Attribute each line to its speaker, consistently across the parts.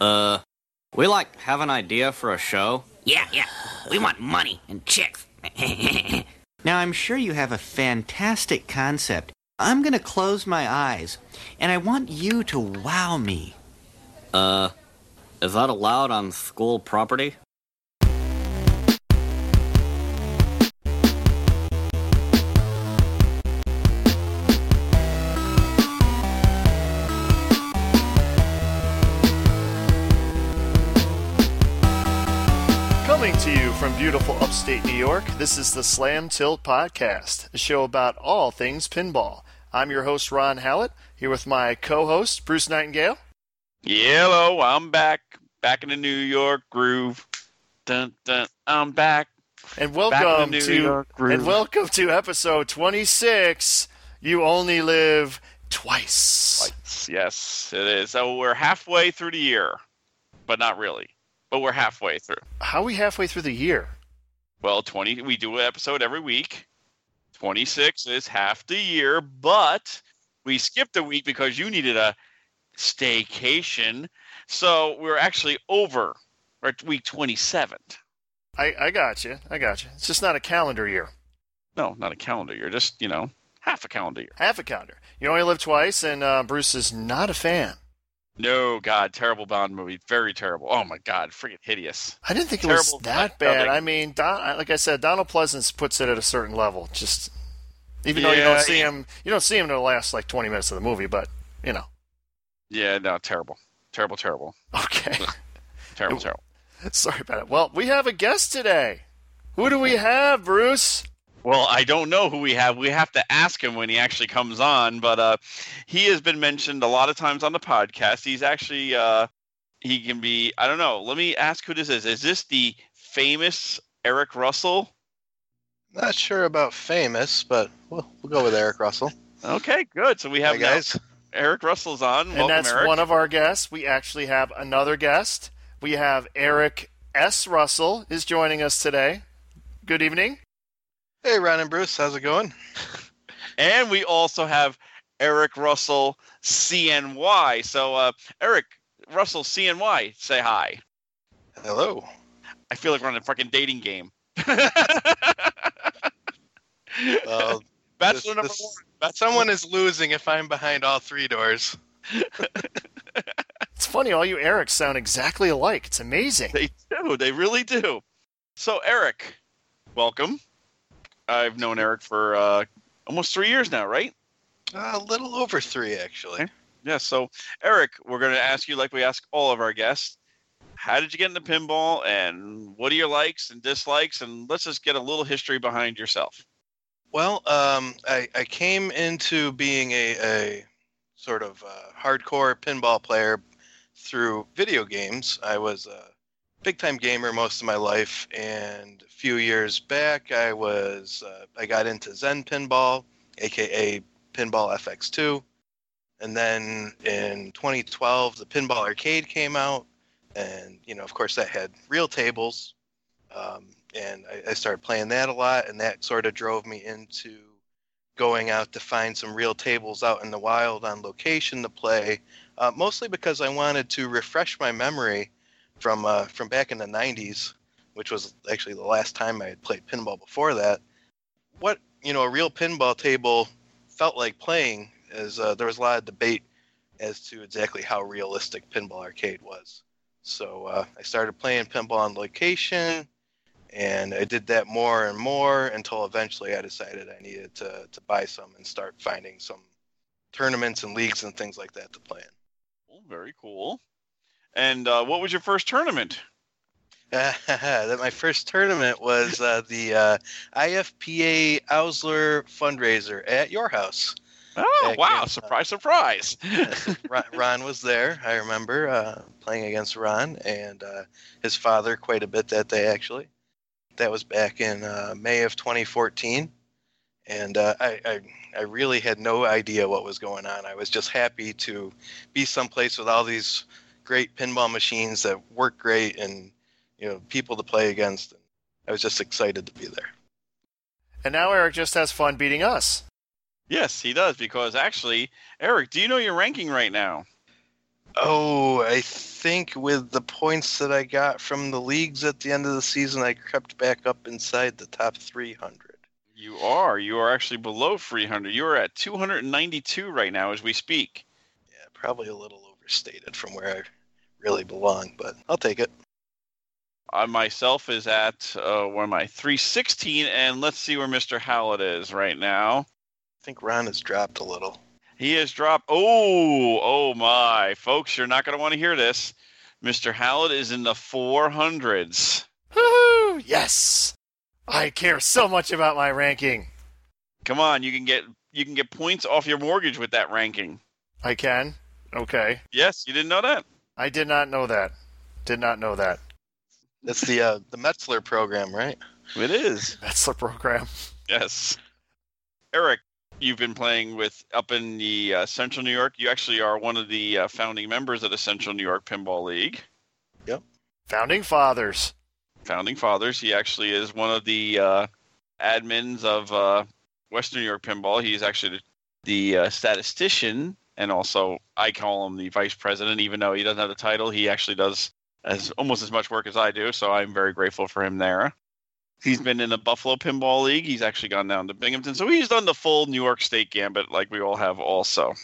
Speaker 1: Uh, We like have an idea for a show.
Speaker 2: Yeah, yeah. We want money and chicks.
Speaker 3: Now, I'm sure you have a fantastic concept. I'm going to close my eyes, and I want you to wow me.
Speaker 1: Uh, Is that allowed on school property?
Speaker 4: Coming to you from beautiful upstate New York, this is the Slam Tilt Podcast, a show about all things pinball. I'm your host, Ron Hallett, here with my co host, Bruce Nightingale.
Speaker 5: Hello, I'm back, back in the New York groove. Dun, dun, I'm back.
Speaker 4: And
Speaker 5: Back in
Speaker 4: welcome
Speaker 5: the New
Speaker 4: to
Speaker 5: York groove.
Speaker 4: and welcome to episode 26. You only live twice.
Speaker 5: Lights. Yes, it is. So we're halfway through the year, but not really. But we're halfway through.
Speaker 4: How are we halfway through the year?
Speaker 5: Well, 20, we do an episode every week. 26 is half the year, but we skipped a week because you needed a staycation. So we're actually over. We're at week 27.
Speaker 4: I, I got you. I got you. It's just not a calendar year.
Speaker 5: No, not a calendar year, just, you know, half a calendar year.
Speaker 4: Half a calendar. You only live twice, and uh, Bruce is not a fan.
Speaker 5: No, God, terrible Bond movie. Very terrible. Oh my God, freaking hideous.
Speaker 4: I didn't think it was
Speaker 5: Terrible
Speaker 4: that
Speaker 5: product.
Speaker 4: bad. I mean, Don, like I said, Donald Pleasance puts it at a certain level. Just even though you
Speaker 5: Yeah,
Speaker 4: don't see
Speaker 5: yeah.
Speaker 4: him, you don't see him in the last like twenty minutes of the movie. But you know,
Speaker 5: Yeah, no, terrible, terrible, terrible,
Speaker 4: okay.
Speaker 5: terrible,
Speaker 4: It-
Speaker 5: terrible.
Speaker 4: Sorry about it. Well, we have a guest today. Who do we have, Bruce?
Speaker 5: Well, I don't know who we have. We have to ask him when he actually comes on. But uh, he has been mentioned a lot of times on the podcast. He's actually uh, he can be. I don't know. Let me ask who this is. Is this the famous Eric Russell?
Speaker 6: Not sure about famous, but we'll, we'll go with Eric Russell.
Speaker 5: Okay, good. So we have
Speaker 6: Hey
Speaker 5: now-
Speaker 6: guys,
Speaker 5: Eric Russell's on.
Speaker 4: and
Speaker 5: Welcome,
Speaker 4: that's
Speaker 5: Eric.
Speaker 4: one of our guests. We actually have another guest. We have Eric S. Russell is joining us today. Good evening.
Speaker 6: hey Ron and Bruce, how's it going?
Speaker 5: And we also have Eric Russell CNY. So uh, Eric Russell CNY, say hi.
Speaker 6: Hello.
Speaker 5: I feel like we're on a fucking dating game.
Speaker 6: Well,
Speaker 5: Bachelor number
Speaker 6: Uh, this- this-
Speaker 5: one. Bachelor-
Speaker 6: someone is losing if I'm behind all three doors.
Speaker 4: It's funny, all you Erics sound exactly alike. It's amazing.
Speaker 5: They do. They really do. So Eric, welcome. I've known Eric for uh, almost three years now, right?
Speaker 6: Uh, a little over three, actually.
Speaker 5: Yeah. So Eric, we're going to ask you, like we ask all of our guests, how did you get into pinball, and what are your likes and dislikes, and let's just get a little history behind yourself.
Speaker 6: Well, um, I, I came into being a, a sort of uh hardcore pinball player through video games. I was a big time gamer most of my life, and a few years back, I was uh, I got into Zen Pinball, aka Pinball FX2, and then in 2012, the Pinball Arcade came out, and you know, of course, that had real tables um, and I, I started playing that a lot, and that sort of drove me into going out to find some real tables out in the wild on location to play, uh, mostly because I wanted to refresh my memory from uh, from back in the '90s, which was actually the last time I had played pinball before that. What you know, a real pinball table felt like playing, as uh, there was a lot of debate as to exactly how realistic pinball arcade was. So uh, I started playing pinball on location, and I did that more and more until eventually I decided I needed to to buy some and start finding some tournaments and leagues and things like that to play in.
Speaker 5: Well, very cool. And uh, what was your first tournament?
Speaker 6: that my first tournament was uh, the uh, IFPA Ausler fundraiser at your house.
Speaker 5: Oh,
Speaker 6: Back
Speaker 5: wow.
Speaker 6: in, uh,
Speaker 5: surprise, surprise.
Speaker 6: Ron, Ron was there. I remember uh, playing against Ron and uh, his father quite a bit that day, actually. That was back in uh, May of 2014. And uh, I, I, I really had no idea what was going on. I was just happy to be someplace with all these great pinball machines that work great and you know people to play against. I was just excited to be there.
Speaker 4: And now Eric just has fun beating us.
Speaker 5: yes, he does, because actually, Eric, do you know your ranking right now?
Speaker 6: Oh, I think with the points that I got from the leagues at the end of the season, I crept back up inside the top 300.
Speaker 5: You are. You are actually below 300. You are at 292 right now as we speak.
Speaker 6: Yeah, probably a little overstated from where I really belong, but I'll take it.
Speaker 5: I myself is at uh, where am I? 316, and let's see where Mr. Howlett is right now.
Speaker 6: I think Ron has dropped a little.
Speaker 5: He has dropped. Oh, oh my, folks, you're not going to want to hear this. Mr. Howlett is in the 400s.
Speaker 4: Woohoo! Yes! I care so much about my ranking.
Speaker 5: Come on, you can get you can get points off your mortgage with that ranking.
Speaker 4: I can? Okay.
Speaker 5: Yes, you didn't know that.
Speaker 4: I did not know that. Did not know that.
Speaker 6: That's the uh, the Metzler program, right?
Speaker 5: It is.
Speaker 4: That's the program.
Speaker 5: Yes. Eric, you've been playing with up in the uh, Central New York. You actually are one of the uh, founding members of the Central New York Pinball League.
Speaker 4: Founding Fathers.
Speaker 5: Founding fathers. He actually is one of the uh, admins of uh, Western New York Pinball. He's actually the, the uh, statistician, and also I call him the vice president, even though he doesn't have the title. He actually does as almost as much work as I do, so I'm very grateful for him there. He's been in the Buffalo Pinball League. He's actually gone down to Binghamton, so he's done the full New York State gambit, like we all have. Also,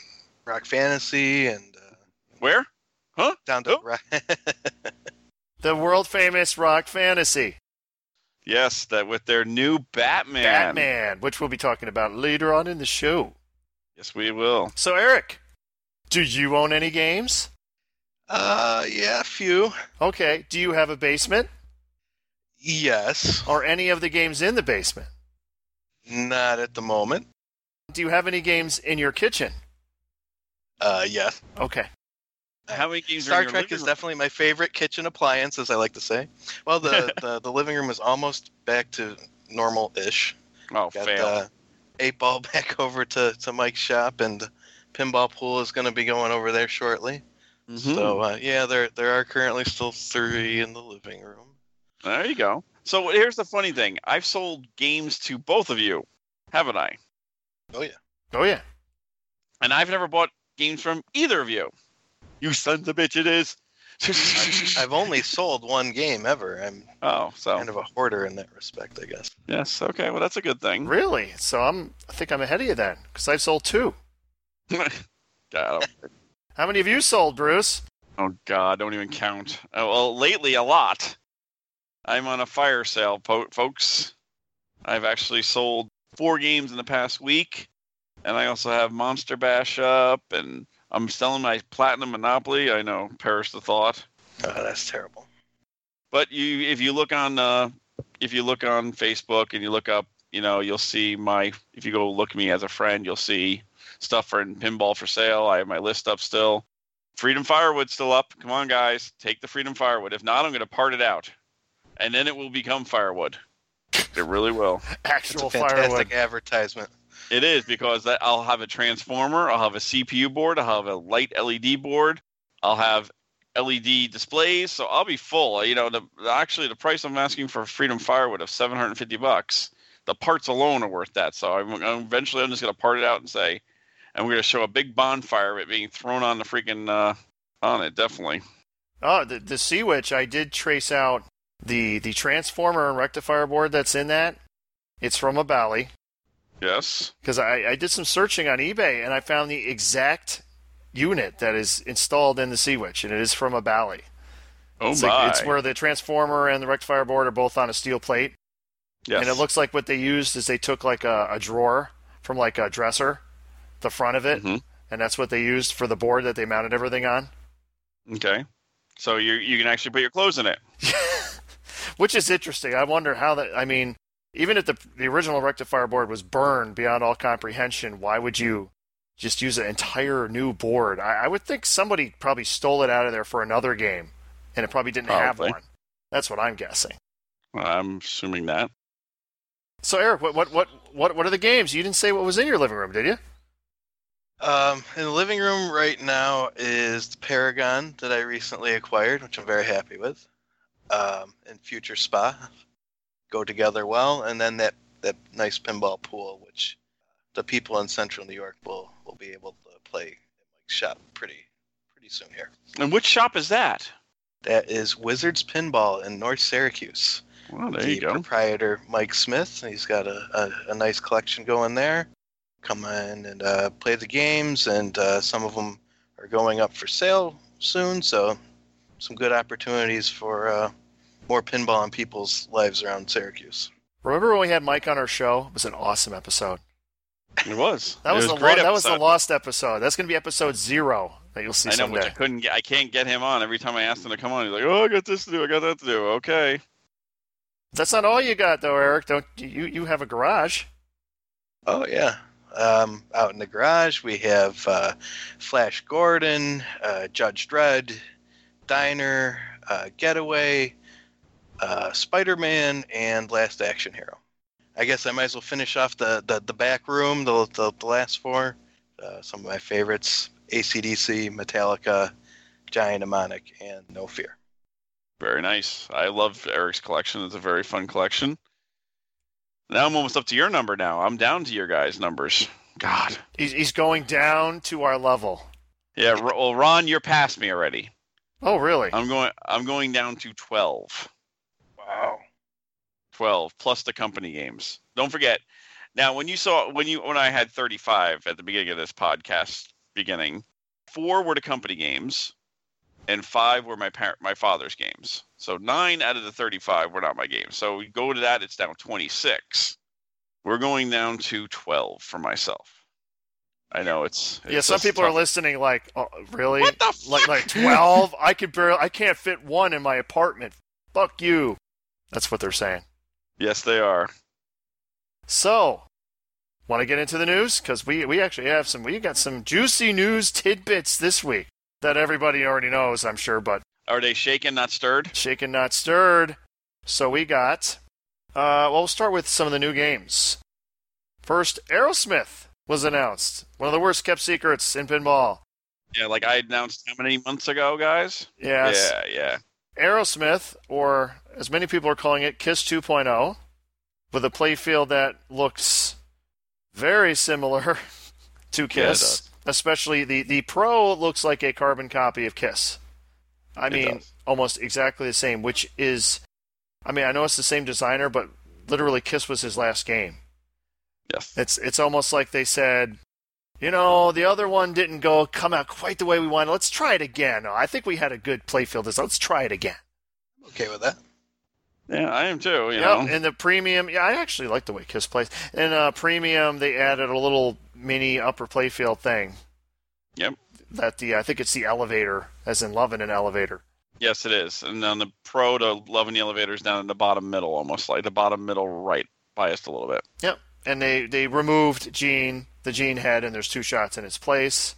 Speaker 6: Rock Fantasy and uh,
Speaker 5: where?
Speaker 6: down to
Speaker 5: Oh.
Speaker 6: Ro-
Speaker 4: The world famous rock fantasy.
Speaker 5: Yes, that with their new Batman.
Speaker 4: Batman, which we'll be talking about later on in the show.
Speaker 5: Yes, we will.
Speaker 4: So, Eric, do you own any games?
Speaker 6: uh, yeah, a few.
Speaker 4: Okay. Do you have a basement?
Speaker 6: Yes,
Speaker 4: Are any of the games in the basement?
Speaker 6: not at the moment.
Speaker 4: Do you have any games in your kitchen?
Speaker 6: Uh, yes.
Speaker 4: Okay.
Speaker 5: How many games are
Speaker 6: Star
Speaker 5: in your
Speaker 6: Trek is
Speaker 5: living room?
Speaker 6: definitely my favorite kitchen appliance, as I like to say. Well, the the, the living room is almost back to normal-ish.
Speaker 5: Oh,
Speaker 6: Got
Speaker 5: fail.
Speaker 6: the eight ball back over to to Mike's shop, and pinball pool is going to be going over there shortly.
Speaker 5: Mhm.
Speaker 6: So uh, yeah, there there are currently still three in the living room.
Speaker 5: There you go. So here's the funny thing. I've sold games to both of you, haven't I?
Speaker 6: Oh yeah.
Speaker 4: Oh, yeah.
Speaker 5: And I've never bought games from either of you. You sons of bitch it is.
Speaker 6: I've only sold one game ever. I'm
Speaker 5: oh, so
Speaker 6: kind of a hoarder in that respect, I guess.
Speaker 5: yes, okay, well that's a good thing.
Speaker 4: Really? So, I'm, I think I'm ahead of you then, because I've sold two.
Speaker 5: God,
Speaker 4: How many have you sold, Bruce?
Speaker 5: oh god, don't even count. Oh, well, lately a lot. I'm on a fire sale, po- folks. I've actually sold four games in the past week, and I also have Monster Bash up, and I'm selling my Platinum Monopoly. I know, perish the thought.
Speaker 6: Oh, that's terrible.
Speaker 5: But you, if you look on, uh, if you look on Facebook and you look up, you know, you'll see my. If you go look me as a friend, you'll see stuff for in pinball for sale. I have my list up still. Freedom Firewood still up. Come on, guys, take the Freedom Firewood. If not, I'm going to part it out, and then it will become firewood. It really will.
Speaker 6: That's
Speaker 4: Actual
Speaker 6: a fantastic
Speaker 4: firewood.
Speaker 6: advertisement.
Speaker 5: It is because that I'll have a transformer, I'll have a CPU board, I'll have a light LED board, I'll have LED displays, so I'll be full. You know, the, actually the price I'm asking for Freedom Firewood of 750 bucks, the parts alone are worth that. So I'm, I'm eventually I'm just gonna part it out and say, and we're gonna show a big bonfire of it being thrown on the freaking uh, on it definitely.
Speaker 4: Oh, the, the Sea Witch, I did trace out the, the transformer and rectifier board that's in that. It's from a Bally.
Speaker 5: Yes.
Speaker 4: because I, I did some searching on eBay and I found the exact unit that is installed in the Sea Witch, and it is from a Bally.
Speaker 5: Oh
Speaker 4: it's,
Speaker 5: my.
Speaker 4: like- it's where the transformer and the rectifier board are both on a steel plate,
Speaker 5: yes.
Speaker 4: and it looks like what they used is they took like a, a drawer from like a dresser, the front of it,
Speaker 5: Mhm.
Speaker 4: and that's what they used for the board that they mounted everything on,
Speaker 5: okay. So you you can actually put your clothes in it.
Speaker 4: which is interesting. I wonder how that. I mean, even if the the original rectifier board was burned beyond all comprehension, why would you just use an entire new board. I, I would think somebody probably stole it out of there for another game, and it probably didn't have
Speaker 5: Probably.
Speaker 4: one. That's what I'm guessing.
Speaker 5: I'm assuming that.
Speaker 4: So, Eric, what, what, what, what, what are the games? You didn't say what was in your living room, did you?
Speaker 6: Um, in the living room right now is the Paragon that I recently acquired, which I'm very happy with. Um, and Future Spa go together well, and then that that nice pinball pool, which the people in Central New York will will be able to play at Mike's shop pretty pretty soon here.
Speaker 5: And which shop is that?
Speaker 6: That is Wizards Pinball in North Syracuse.
Speaker 5: Well, there
Speaker 6: the
Speaker 5: you go.
Speaker 6: proprietor Mike Smith. He's got a, a, a nice collection going there. Come in and uh, play the games, and uh, some of them are going up for sale soon. So, some good opportunities for uh, more pinball in people's lives around Syracuse.
Speaker 4: Remember when we had Mike on our show? It was an awesome episode.
Speaker 5: It was.
Speaker 4: That
Speaker 5: It
Speaker 4: was,
Speaker 5: a
Speaker 4: the
Speaker 5: great
Speaker 4: lo- that was the
Speaker 5: episode.
Speaker 4: lost episode. That's going to be episode zero that you'll see
Speaker 5: I know, which I
Speaker 4: someday.
Speaker 5: couldn't get. I can't get him on. Every time I asked him to come on, he's like, "Oh, I got this to do. I got that to do." Okay.
Speaker 4: That's not all you got though, Eric. Don't you? You have a garage.
Speaker 6: Oh yeah. Um, out in the garage, we have uh, Flash Gordon, uh, Judge Dredd, Diner, uh, Getaway, uh, Spider Man, and Last Action Hero. I guess I might as well finish off the, the, the back room, the, the, the last four. Uh, some of my favorites ACDC, Metallica, Giant Mnemonic, and No Fear.
Speaker 5: Very nice. I love Eric's collection. It's a very fun collection. Now I'm almost up to your number. Now I'm down to your guys' numbers. God.
Speaker 4: He's, he's going down to our level.
Speaker 5: Yeah. Ro- Well, Ron, you're past me already.
Speaker 4: Oh, really?
Speaker 5: I'm going. I'm going down to twelve.
Speaker 6: Wow.
Speaker 5: 12 plus the company games. Don't forget. Now, when you saw when you when I had 35 at the beginning of this podcast beginning, four were the company games and five were my parent my father's games. So 9 out of the 35 were not my games. So we go to that it's down 26. We're going down to 12 for myself. I know it's,
Speaker 4: yeah.
Speaker 5: it's
Speaker 4: Some
Speaker 5: just
Speaker 4: people are
Speaker 5: tough.
Speaker 4: listening. Like, oh, really?
Speaker 5: What the
Speaker 4: Like,
Speaker 5: fuck?
Speaker 4: like twelve? I could barely. I can't fit one in my apartment. Fuck you. That's what they're saying.
Speaker 5: Yes, they are.
Speaker 4: So, want to get into the news? Because we we actually have some. We got some juicy news tidbits this week that everybody already knows, I'm sure, but
Speaker 5: Are they shaken not stirred?
Speaker 4: shaken not stirred. So we got. Uh, well, we'll start with some of the new games. First, Aerosmith was announced. One of the worst kept secrets in pinball.
Speaker 5: Yeah, like I announced how many months ago, guys?
Speaker 4: Yes.
Speaker 5: Yeah, yeah.
Speaker 4: Aerosmith, or as many people are calling it, Kiss 2.0, with a playfield that looks very similar to Kiss.
Speaker 5: does.
Speaker 4: especially the, the Pro looks like a carbon copy of Kiss. I
Speaker 5: It
Speaker 4: mean,
Speaker 5: does.
Speaker 4: almost exactly the same, which is, I mean, I know it's the same designer, but literally Kiss was his last game.
Speaker 5: Yes.
Speaker 4: It's it's almost like they said, you know, the other one didn't go come out quite the way we wanted. Let's try it again. I think we had a good playfield. design. Let's try it again.
Speaker 6: Okay with that.
Speaker 5: Yeah, I am too. You
Speaker 4: Yeah,
Speaker 5: know,
Speaker 4: and the premium. Yeah, I actually like the way Kiss plays. And uh, premium, they added a little mini upper playfield thing.
Speaker 5: Yep.
Speaker 4: That the I think it's the elevator, as in loving an elevator.
Speaker 5: yes, it is. And then the pro to loving the elevators down in the bottom middle, almost like the bottom middle right, biased a little bit.
Speaker 4: Yep. And they they removed Gene, the Gene head, and there's two shots in its place.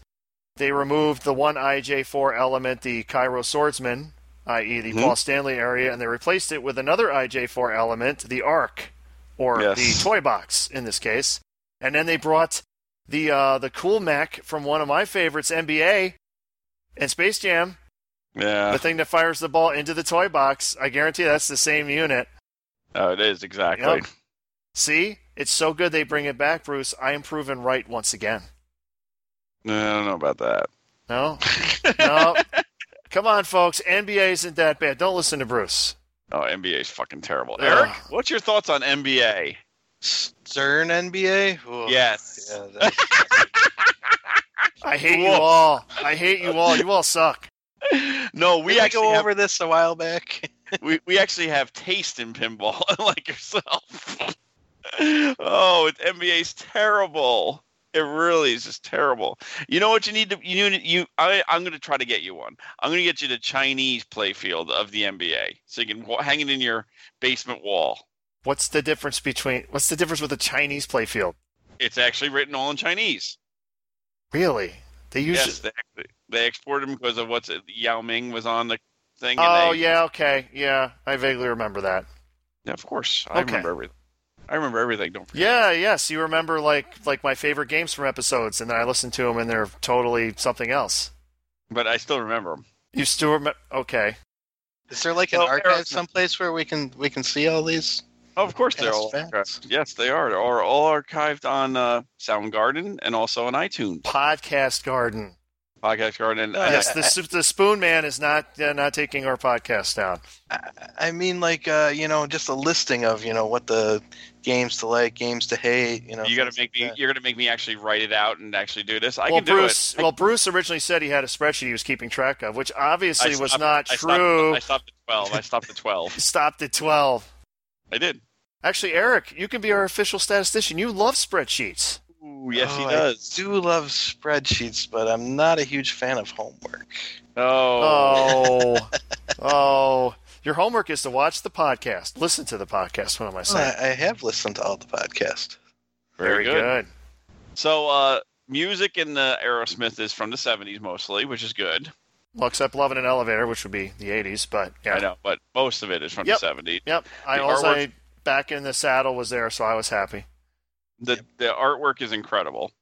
Speaker 4: They removed the one IJ4 element, the Cairo Swordsman, i.e., the
Speaker 5: Mhm.
Speaker 4: Paul Stanley area, and they replaced it with another IJ4 element, the Arc, or
Speaker 5: Yes.
Speaker 4: the toy box in this case. And then they brought the uh, the cool mech from one of my favorites, NBA, and Space Jam,
Speaker 5: Yeah,
Speaker 4: the thing that fires the ball into the toy box. I guarantee that's the same unit.
Speaker 5: oh, it is exactly.
Speaker 4: Yep. See, it's so good they bring it back, Bruce. I am proven right once again.
Speaker 5: No, I don't know about that.
Speaker 4: No, no. Come on, folks. NBA isn't that bad. Don't listen to Bruce.
Speaker 5: Oh, NBA is fucking terrible.
Speaker 4: Ugh.
Speaker 5: Eric, what's your thoughts on NBA?
Speaker 6: Stern NBA? Ooh,
Speaker 5: Yes.
Speaker 6: Yeah, that-
Speaker 4: I hate you
Speaker 5: Woof.
Speaker 4: all. I hate you all. You all suck.
Speaker 5: No, we
Speaker 6: Did
Speaker 5: actually
Speaker 6: go
Speaker 5: have,
Speaker 6: over this a while back.
Speaker 5: we, we actually have taste in pinball, unlike yourself. oh, it, NBA's terrible. It really is just terrible. You know what you need to you need you I I'm going to try to get you one. I'm going to get you the Chinese playfield of the NBA, so you can wa- hang it in your basement wall.
Speaker 4: What's the difference between? What's the difference with the Chinese playfield?
Speaker 5: It's actually written all in Chinese.
Speaker 4: Really? They use.
Speaker 5: yes, they, actually- they exported them because of what's it, Yao Ming was on the thing. and
Speaker 4: oh
Speaker 5: they-
Speaker 4: yeah. Okay. Yeah. I vaguely remember that.
Speaker 5: yeah, of course. I
Speaker 4: Okay.
Speaker 5: remember everything. I remember everything. Don't forget.
Speaker 4: Yeah. Yes. You remember like like my favorite games from episodes, and then I listen to them, and they're totally something else.
Speaker 5: but I still remember them.
Speaker 4: You still remember? Okay.
Speaker 6: Is there like an
Speaker 5: Well,
Speaker 6: archive
Speaker 5: Aerosmith-
Speaker 6: someplace where we can we can see all these?
Speaker 5: Oh, of course they're
Speaker 6: Past
Speaker 5: all
Speaker 6: facts.
Speaker 5: archived. Yes, they are. They're all- all archived on uh, Soundgarden and also on iTunes.
Speaker 4: Podcast Garden.
Speaker 5: podcast garden. And, and
Speaker 4: Yes, the, s- the Spoon Man is not uh, not taking our podcast down.
Speaker 6: I, I mean, like uh, you know, just a listing of you know what the games to like, games to hate. You know,
Speaker 5: you got
Speaker 6: things
Speaker 5: to make
Speaker 6: like
Speaker 5: me.
Speaker 6: that.
Speaker 5: You're going to make me actually write it out and actually do this. I
Speaker 4: well,
Speaker 5: can do
Speaker 4: Bruce.
Speaker 5: it. I-
Speaker 4: Well, Bruce originally said he had a spreadsheet he was keeping track of, which
Speaker 5: I
Speaker 4: obviously was
Speaker 5: stopped-
Speaker 4: not
Speaker 5: I stopped-
Speaker 4: true.
Speaker 5: I stopped at twelve. I stopped at twelve.
Speaker 4: Stopped at twelve.
Speaker 5: I did.
Speaker 4: Actually, Eric, you can be our official statistician. You love spreadsheets.
Speaker 5: Ooh, yes, he
Speaker 6: Oh,
Speaker 5: does.
Speaker 6: I do love spreadsheets, but I'm not a huge fan of homework.
Speaker 5: Oh,
Speaker 4: Oh, oh. Your homework is to watch the podcast, listen to the podcast. What am I
Speaker 6: So I,
Speaker 4: saying?
Speaker 6: I have listened to all the podcast.
Speaker 5: very, good.
Speaker 4: good.
Speaker 5: So, uh, music in the Aerosmith is from the '70s mostly, which is good.
Speaker 4: Well, except Love in an Elevator, which would be the 80s, but yeah.
Speaker 5: I know, but most of it is from
Speaker 4: Yep.
Speaker 5: the '70s.
Speaker 4: Yep. I
Speaker 5: The
Speaker 4: also
Speaker 5: artwork-
Speaker 4: back in the saddle was there, so I was happy.
Speaker 5: The the artwork is incredible.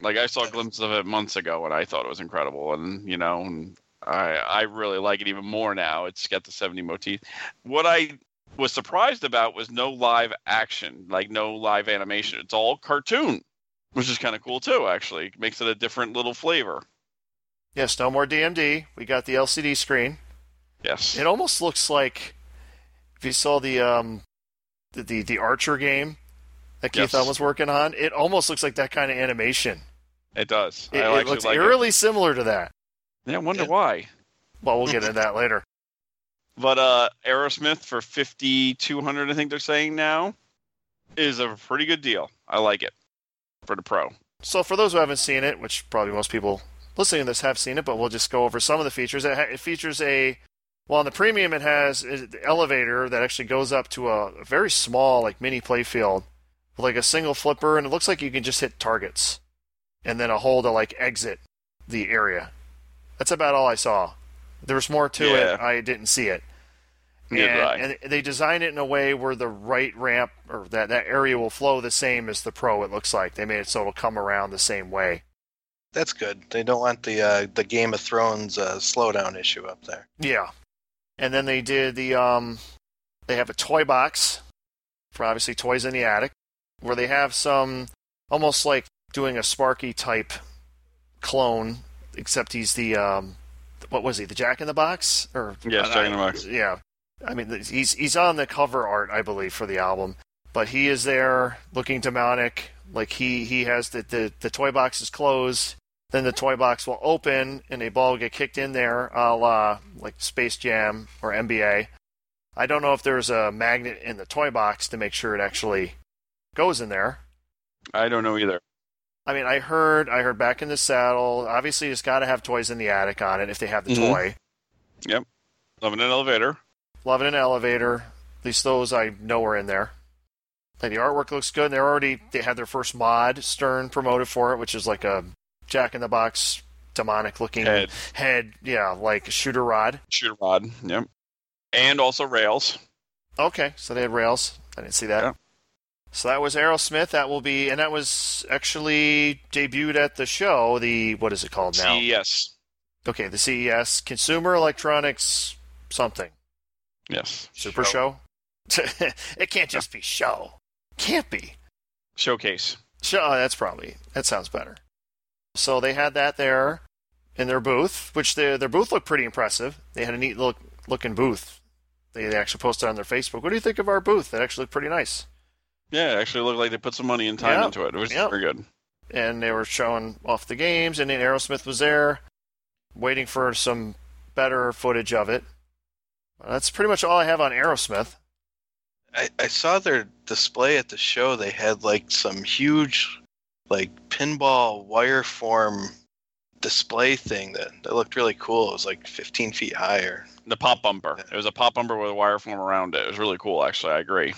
Speaker 5: Like I saw glimpses of it months ago, and I thought it was incredible. And you know, and I I really like it even more now. It's got the '70 motif. What I was surprised about was no live action, like no live animation. It's all cartoon, which is kind of cool too. Actually, It makes it a different little flavor.
Speaker 4: Yes, no more DMD. We got the LCD screen.
Speaker 5: Yes.
Speaker 4: It almost looks like if you saw the um the the, the Archer game that Keith
Speaker 5: Yes.
Speaker 4: Elm was working on, it almost looks like that kind of animation.
Speaker 5: It does.
Speaker 4: It,
Speaker 5: I
Speaker 4: it
Speaker 5: actually
Speaker 4: looks
Speaker 5: like
Speaker 4: eerily similar to that.
Speaker 5: it. Yeah, I wonder
Speaker 6: Yeah.
Speaker 5: why.
Speaker 4: Well, we'll get into that later.
Speaker 5: But uh, Aerosmith for fifty two hundred, I think they're saying now, is a pretty good deal. I like it for the pro.
Speaker 4: So, for those who haven't seen it, which probably most people listening to this have seen it, but we'll just go over some of the features. It, ha- it features a, well, on the premium, it has an elevator that actually goes up to a, a very small, like mini playfield with like a single flipper, and it looks like you can just hit targets and then a hole to like exit the area. That's about all I saw. There was more to it.
Speaker 5: Yeah.
Speaker 4: I didn't see it.
Speaker 5: Neither did I.
Speaker 4: and, and they designed it in a way where the right ramp or that, that area will flow the same as the pro. It looks like they made it so it'll come around the same way.
Speaker 6: That's good. They don't want the uh, the Game of Thrones uh, slowdown issue up there.
Speaker 4: Yeah, and then they did the um, they have a toy box for obviously toys in the attic, where they have some almost like doing a Sparky type clone, except he's the um, what was he? The Jack in the Box or
Speaker 5: Yes, Jack in the Box.
Speaker 4: Yeah, I mean th- he's he's on the cover art, I believe, for the album. But he is there looking demonic, like he he has the the, the toy box is closed. Then the toy box will open and a ball will get kicked in there, a la like Space Jam or NBA. I don't know if there's a magnet in the toy box to make sure it actually goes in there.
Speaker 5: I don't know either.
Speaker 4: I mean, I heard I heard back in the saddle. Obviously, it's got to have toys in the attic on it if they have the
Speaker 6: Mhm.
Speaker 4: toy.
Speaker 5: Loving an elevator.
Speaker 4: Love in an elevator. At least those I know are in there. And the artwork looks good. And they're already they had their first mod Stern promoted for it, which is like a Jack in the Box demonic looking
Speaker 5: Head.
Speaker 4: Yeah, like a shooter rod.
Speaker 5: Shooter rod. Yep. And also rails.
Speaker 4: Okay, so they had rails. I didn't see that.
Speaker 5: Yeah.
Speaker 4: So that was Aerosmith. That will be, and that was actually debuted at the show. The what is it called now?
Speaker 5: E CES.
Speaker 4: Okay, the CES Consumer Electronics something
Speaker 5: Yes.
Speaker 4: Super Show. it can't just be show. Can't be
Speaker 5: Showcase.
Speaker 4: show. oh, That's probably that sounds better. So they had that there in their booth, which their their booth looked pretty impressive. They had a neat look looking booth. They, they actually posted on their Facebook. What do you think of our booth? That actually looked pretty nice.
Speaker 5: Yeah, it actually looked like they put some money and time
Speaker 4: Yeah.
Speaker 5: into it. It was
Speaker 4: Yeah.
Speaker 5: very good.
Speaker 4: and they were showing off the games, and then Aerosmith was there, waiting for some better footage of it. That's pretty much all I have on Aerosmith.
Speaker 6: I, I saw their display at the show. They had like some huge, like pinball wire form display thing that, that looked really cool. It was like 15 feet higher.
Speaker 5: The pop bumper. It was a pop bumper with a wire form around it. It was really cool, actually. I agree.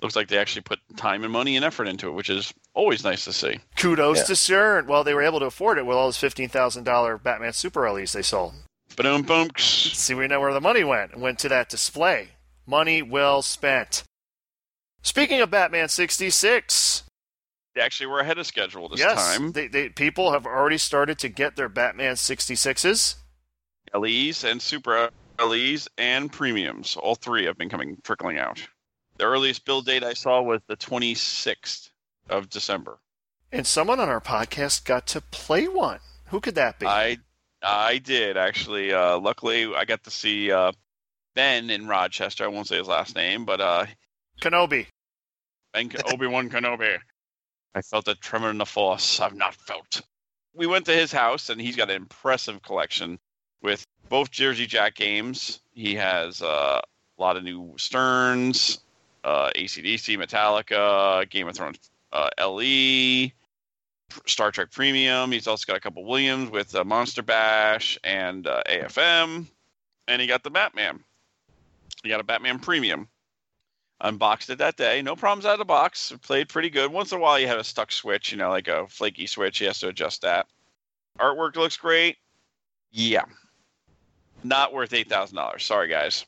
Speaker 5: Looks like they actually put time and money and effort into it, which is always nice to see.
Speaker 4: Kudos
Speaker 6: Yeah.
Speaker 4: to CERN. Well, they were able to afford it with all those fifteen thousand dollar Batman Super LEs they sold.
Speaker 5: Boom, boom.
Speaker 4: See, we know where the money went. It went to that display. Money well spent. Speaking of Batman sixty six,
Speaker 5: They actually were ahead of schedule this
Speaker 4: yes,
Speaker 5: time.
Speaker 4: They, they, people have already started to get their Batman sixty sixes.
Speaker 5: LEs and Super LEs and premiums. All three have been coming trickling out. The earliest bill date I saw was the 26th of December.
Speaker 4: And someone on our podcast got to play one. Who could that be?
Speaker 5: I I did actually. Uh, luckily, I got to see uh, Ben in Rochester. I won't say his last name, but uh,
Speaker 4: Kenobi.
Speaker 5: Ben Obi Wan Kenobi. I felt a tremor in the force I've not felt. We went to his house, and he's got an impressive collection with both Jersey Jack games. He has uh, a lot of new Sterns, uh, ACDC, Metallica, Game of Thrones, uh, LE, Star Trek Premium. He's also got a couple Williams with uh, Monster Bash and uh, AFM, and he got the Batman. He got a Batman Premium. Unboxed it that day. No problems out of the box. Played pretty good. Once in a while, you have a stuck switch, you know, like a flaky switch. He has to adjust that. Artwork looks great. Yeah. Not worth $8,000. Sorry, guys.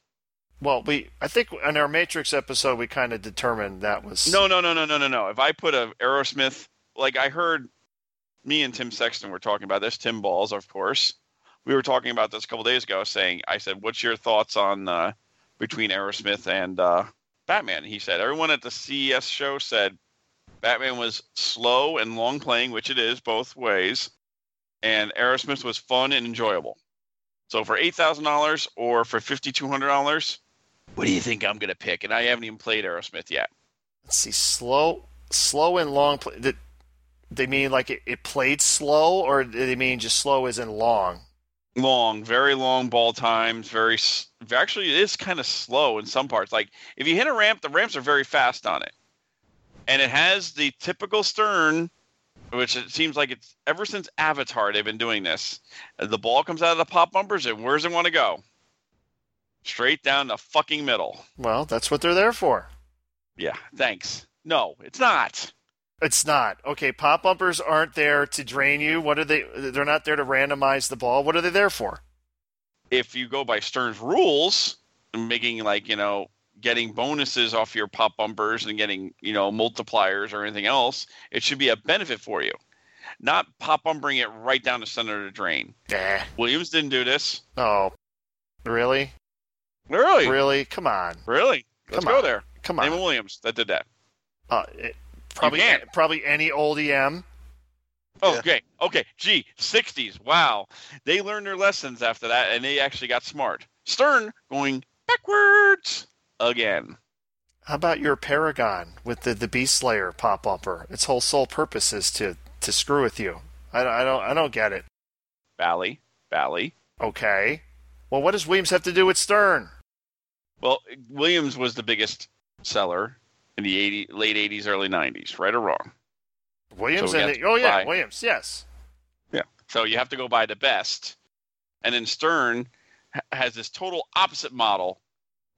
Speaker 4: Well, we I think in our Matrix episode we kind of determined that was
Speaker 5: No, no, no, no, no, no, no. If I put a Aerosmith, like I heard me and Tim Sexton were talking about this, Tim Balls, of course. We were talking about this a couple days ago, saying, I said, What's your thoughts on uh, between Aerosmith and uh, Batman? He said, Everyone at the CES show said Batman was slow and long playing, which it is both ways, and Aerosmith was fun and enjoyable. So for $8,000 or for $5,200, what do you think I'm going to pick? And I haven't even played Aerosmith yet.
Speaker 4: Let's see, slow, slow and long. Play, did, they mean like it, it played slow, or did they mean just slow as in long?
Speaker 5: long, very long ball times. Very s- actually, it is kind of slow in some parts. Like if you hit a ramp, the ramps are very fast on it, and it has the typical stern, which it seems like it's ever since Avatar they've been doing this. The ball comes out of the pop bumpers, and where does it want to go? Straight down the fucking middle.
Speaker 4: Well, that's what they're there for.
Speaker 5: Yeah, thanks. No, it's not.
Speaker 4: It's not okay. Pop bumpers aren't there to drain you. What are they? They're not there to randomize the ball. What are they there for?
Speaker 5: If you go by Stern's rules, making like you know getting bonuses off your pop bumpers and getting you know multipliers or anything else it should be a benefit for you not pop bumpering it right down the center of the drain
Speaker 4: Eh.
Speaker 5: williams didn't do this
Speaker 4: Oh, really?
Speaker 5: really really,
Speaker 4: Really? Come on,
Speaker 5: let's
Speaker 4: Come
Speaker 5: go
Speaker 4: on.
Speaker 5: there
Speaker 4: come
Speaker 5: Damon
Speaker 4: on.
Speaker 5: williams that did that
Speaker 4: Uh, it, probably,
Speaker 5: can't.
Speaker 4: probably any old E EM.
Speaker 5: oh
Speaker 6: Yeah.
Speaker 5: okay okay gee 60s wow they learned their lessons after that and they actually got smart stern going backwards again
Speaker 4: How about your Paragon with the the Beast Slayer pop bumper? Its whole sole purpose is to to screw with you. I, don't- I don't I don't get it.
Speaker 5: bally bally
Speaker 4: Okay. Well, what does Williams have to do with Stern?
Speaker 5: Well, Williams was the biggest seller in the 80, late 80s, early 90s, right or wrong.
Speaker 4: Williams
Speaker 5: So we
Speaker 4: and
Speaker 5: got
Speaker 4: the, oh yeah,
Speaker 5: Bly.
Speaker 4: Williams. Yes.
Speaker 5: So you have to go by the best. And then Stern ha- has this total opposite model.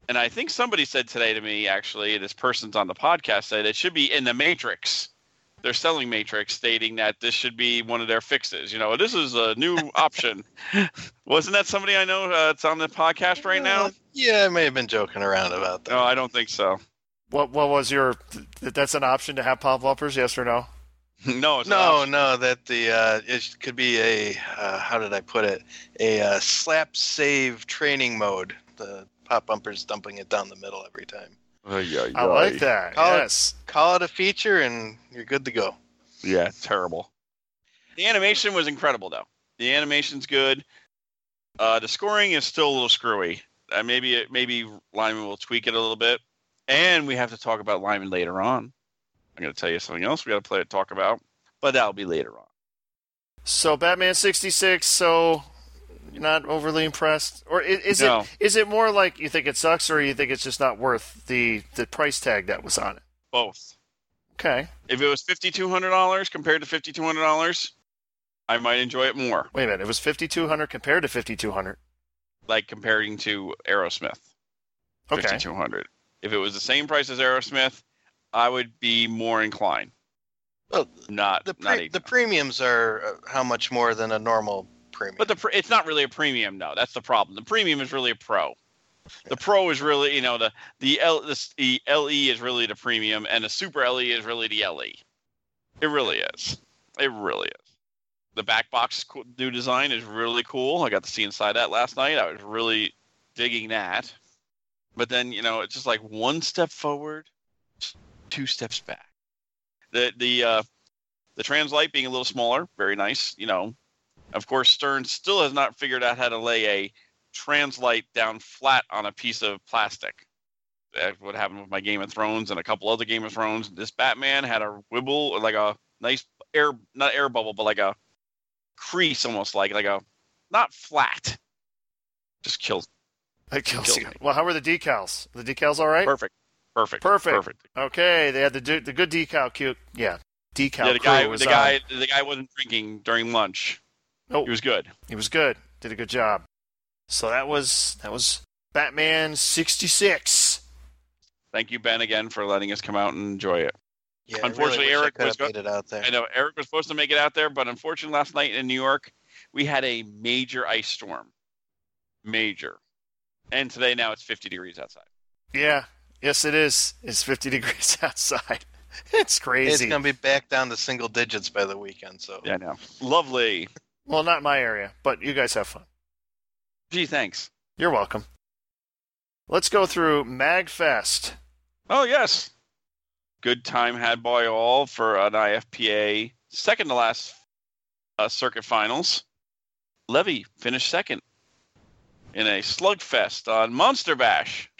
Speaker 5: And I think somebody said today to me, actually, this person's on the podcast said it should be in the Matrix. They're selling Matrix, stating that this should be one of their fixes. You know, this is a new option. Wasn't that somebody I know uh, that's on the podcast right now?
Speaker 6: Uh, yeah, I may have been joking around about that.
Speaker 5: No, I don't think so.
Speaker 4: What what was your? Th- that's an option to have pop bumpers? Yes or no?
Speaker 5: no, it's not.
Speaker 6: no, no, that the uh, it could be a uh, how did I put it? A uh, slap save training mode. The pop bumpers dumping it down the middle every time.
Speaker 4: I like that.
Speaker 5: Oh,
Speaker 6: Call it-
Speaker 4: yes.
Speaker 6: Call it a feature, and you're good to go.
Speaker 5: Yeah, terrible. The animation was incredible, though. The animation's good. Uh, the scoring is still a little screwy. Uh, maybe it, maybe Lyman will tweak it a little bit. And we have to talk about Lyman later on. I'm going to tell you something else we got to play talk about, but that'll be later on.
Speaker 4: So Batman sixty six. So you're not overly impressed, or is, is
Speaker 5: No.
Speaker 4: it is it more like you think it sucks, or you think it's just not worth the the price tag that was on it?
Speaker 5: Both.
Speaker 4: Okay.
Speaker 5: If it was $5,200 compared to $5,200, I might enjoy it more,
Speaker 4: Wait a minute. It was fifty two hundred compared to fifty two hundred.
Speaker 5: like comparing to Aerosmith.
Speaker 4: Okay.
Speaker 5: 5200 if it was the same price as aerosmith i would be more inclined
Speaker 6: Well,
Speaker 5: not
Speaker 6: The
Speaker 5: not
Speaker 6: pre-
Speaker 5: even-
Speaker 6: the premiums are uh, how much more than a normal premium.
Speaker 5: but the pre- it's not really a premium though that's the problem the premium is really a pro the pro is really you know the the l the, s- the le is really the premium and the super le is really the le it really is it really is the back box co- new design is really cool i got to see inside that last night i was really digging that but then you know it's just like one step forward two steps back the the uh the trans light being a little smaller very nice you know Of course, Stern still has not figured out how to lay a translite down flat on a piece of plastic. That's what happened with my Game of Thrones and a couple other Game of Thrones. This Batman had a wibble, like a nice air, not air bubble, but like a crease almost like, like a, not flat. Just kills.
Speaker 4: That kills
Speaker 5: Kills
Speaker 4: you.
Speaker 5: me.
Speaker 4: Well, how were the decals? The decals all right?
Speaker 5: Perfect. Perfect.
Speaker 4: Perfect.
Speaker 5: Perfect.
Speaker 4: Okay, they had the du- the good decal cute. Yeah, decal.
Speaker 5: Yeah, the guy,
Speaker 4: crew was
Speaker 5: the
Speaker 4: on.
Speaker 5: guy, the guy wasn't drinking during lunch.
Speaker 4: Nope.
Speaker 5: He was good.
Speaker 4: He was good. Did a good job. So that was that was Batman 66.
Speaker 5: Thank you, Ben, again for letting us come out and enjoy it.
Speaker 6: Yeah, I really
Speaker 5: Unfortunately,
Speaker 6: wish I
Speaker 5: Eric
Speaker 6: could
Speaker 5: was
Speaker 6: have
Speaker 5: go-
Speaker 6: made it out there.
Speaker 5: I know Eric was supposed to make it out there, but unfortunately, last night in New York, we had a major ice storm. Major. And today, now it's 50 degrees outside.
Speaker 4: Yeah, yes it is. It's 50 degrees outside. It's
Speaker 6: It's
Speaker 4: crazy.
Speaker 6: gonna be back down to single digits by the weekend. So
Speaker 5: Yeah, I know. Lovely.
Speaker 4: well, not my area, but you guys have fun.
Speaker 5: Gee, thanks.
Speaker 4: You're welcome. Let's go through MagFest.
Speaker 5: Oh, yes. Good time had by all for an IFPA second to last uh, circuit finals. Levy finished second in a slugfest on Monster Bash.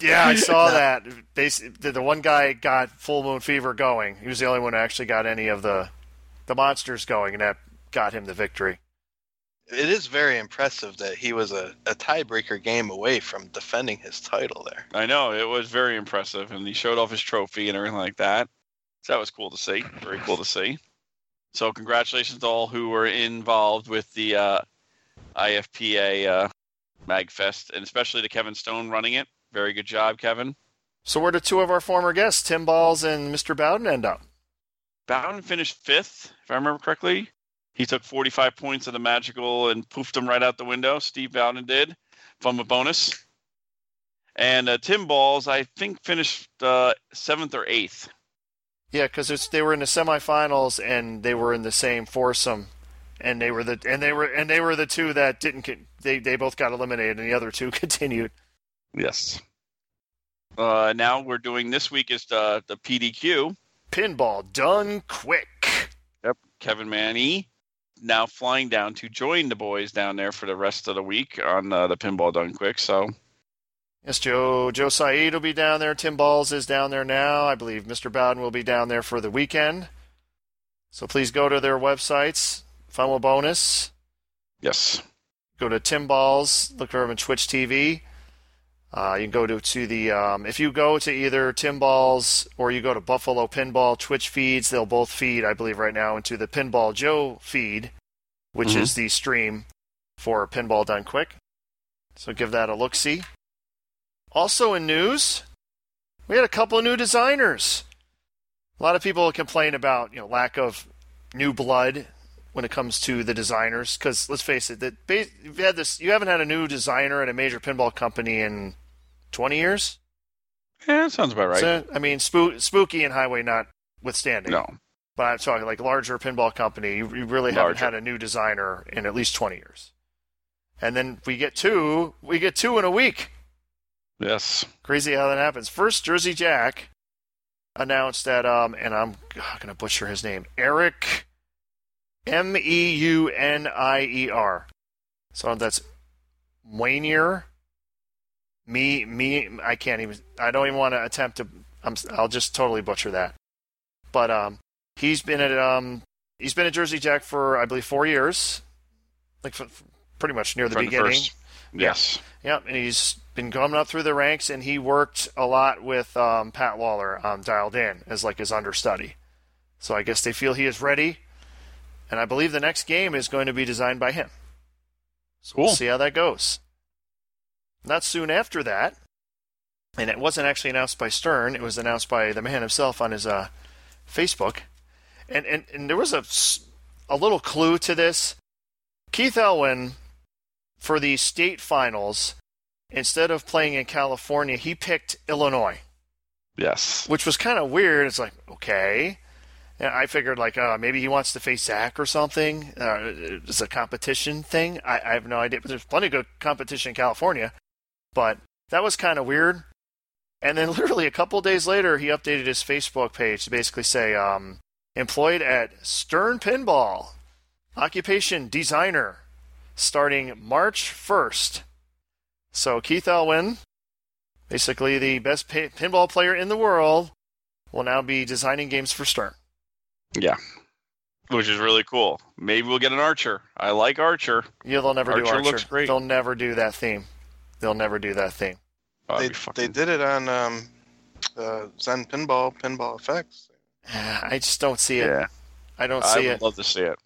Speaker 4: Yeah, I saw that. Basi- the the one guy got full moon fever going. He was the only one who actually got any of the the monsters going, and that got him the victory.
Speaker 6: it is very impressive that he was a, a tiebreaker game away from defending his title there.
Speaker 5: I know it was very impressive, and he showed off his trophy and everything like that. So that was cool to see. Very cool to see. So congratulations to all who were involved with the uh, IFPA uh, Magfest, and especially to Kevin Stone running it. Very good job, Kevin.
Speaker 4: So where did two of our former guests, Tim Balls and Mr. Bowden, end up?
Speaker 5: Bowden finished fifth, if I remember correctly. He took 45 points of the magical and poofed them right out the window. Steve Bowden did. Fun with bonus. And uh, Tim Balls, I think, finished uh, seventh or eighth.
Speaker 4: Yeah, because they were in the semifinals and they were in the same foursome, and they were the and they were and they were the two that didn't con- they they both got eliminated, and the other two continued.
Speaker 5: Yes. Uh, now we're doing this week is the, the PDQ.
Speaker 4: Pinball done quick.
Speaker 5: Yep. Kevin Manny now flying down to join the boys down there for the rest of the week on uh, the Pinball Done Quick. So
Speaker 4: Yes, Joe Joe Saeed will be down there. Tim Balls is down there now. I believe Mr. Bowden will be down there for the weekend. So please go to their websites. Fun with bonus.
Speaker 5: yes,
Speaker 4: Go to Tim Balls. Look for him on Twitch TV. Uh, you can go to, to the um, if you go to either Tim Balls or you go to Buffalo Pinball Twitch feeds. They'll both feed, I believe, right now into the Pinball Joe feed, which
Speaker 5: Mhm.
Speaker 4: is the stream for Pinball Done Quick. So give that a look. See. Also in news, we had a couple of new designers. A lot of people complain about you know lack of new blood when it comes to the designers because let's face it that ba- you've had this you haven't had a new designer at a major pinball company in 20 years.
Speaker 5: yeah, Eh, that sounds about right.
Speaker 4: So, I mean, spoo- spooky and highway notwithstanding.
Speaker 5: no,
Speaker 4: But I'm talking like larger pinball company. You, you really haven't
Speaker 5: Larger.
Speaker 4: had a new designer in at least 20 years. And then we get two. We get two in a week.
Speaker 5: yes,
Speaker 4: Crazy how that happens. First, Jersey Jack announced that, um, and I'm going to butcher his name, Eric M E U N I E R. So that's Wainier. Me, me, I can't even. I don't even want to attempt to. I'm, I'll just totally butcher that. But um, he's been at um, he's been at Jersey Jack for I believe four years, like for, for pretty much near the
Speaker 5: from
Speaker 4: beginning.
Speaker 5: first. Yes,
Speaker 4: Yep, and he's been coming up through the ranks, and he worked a lot with um, Pat Lawler on Dialed In as like his understudy. So I guess they feel he is ready, and I believe the next game is going to be designed by him. So we'll
Speaker 5: Cool.
Speaker 4: see how that goes. Not soon after that, and it wasn't actually announced by Stern. It was announced by the man himself on his uh, Facebook, and and and there was a s- a little clue to this. Keith Elwin for the state finals, instead of playing in California, he picked Illinois,
Speaker 5: yes,
Speaker 4: which was kind of weird. It's like, okay. And I figured, like, uh, maybe he wants to face Zach or something. Uh, it's a competition thing. I, I have no idea. But there's plenty of good competition in California. But that was kind of weird. And then, literally, a couple days later, he updated his Facebook page to basically say, um, employed at Stern Pinball. Occupation designer starting March 1st. So Keith Elwin, basically the best pa- pinball player in the world, will now be designing games for Stern.
Speaker 5: Yeah. Which is really cool. Maybe we'll get an Archer. I like Archer.
Speaker 4: Yeah, they'll never do
Speaker 5: Archer
Speaker 4: Archer.
Speaker 5: looks great.
Speaker 4: They'll never do that theme. They'll never do that theme.
Speaker 5: Oh,
Speaker 6: they,
Speaker 5: that'd be
Speaker 6: they
Speaker 5: fucking-
Speaker 6: did it on um, uh, Zen Pinball, Pinball Effects.
Speaker 4: I just don't see it.
Speaker 5: yeah.
Speaker 4: I don't
Speaker 5: I
Speaker 4: see
Speaker 5: would
Speaker 4: it.
Speaker 5: love to see it.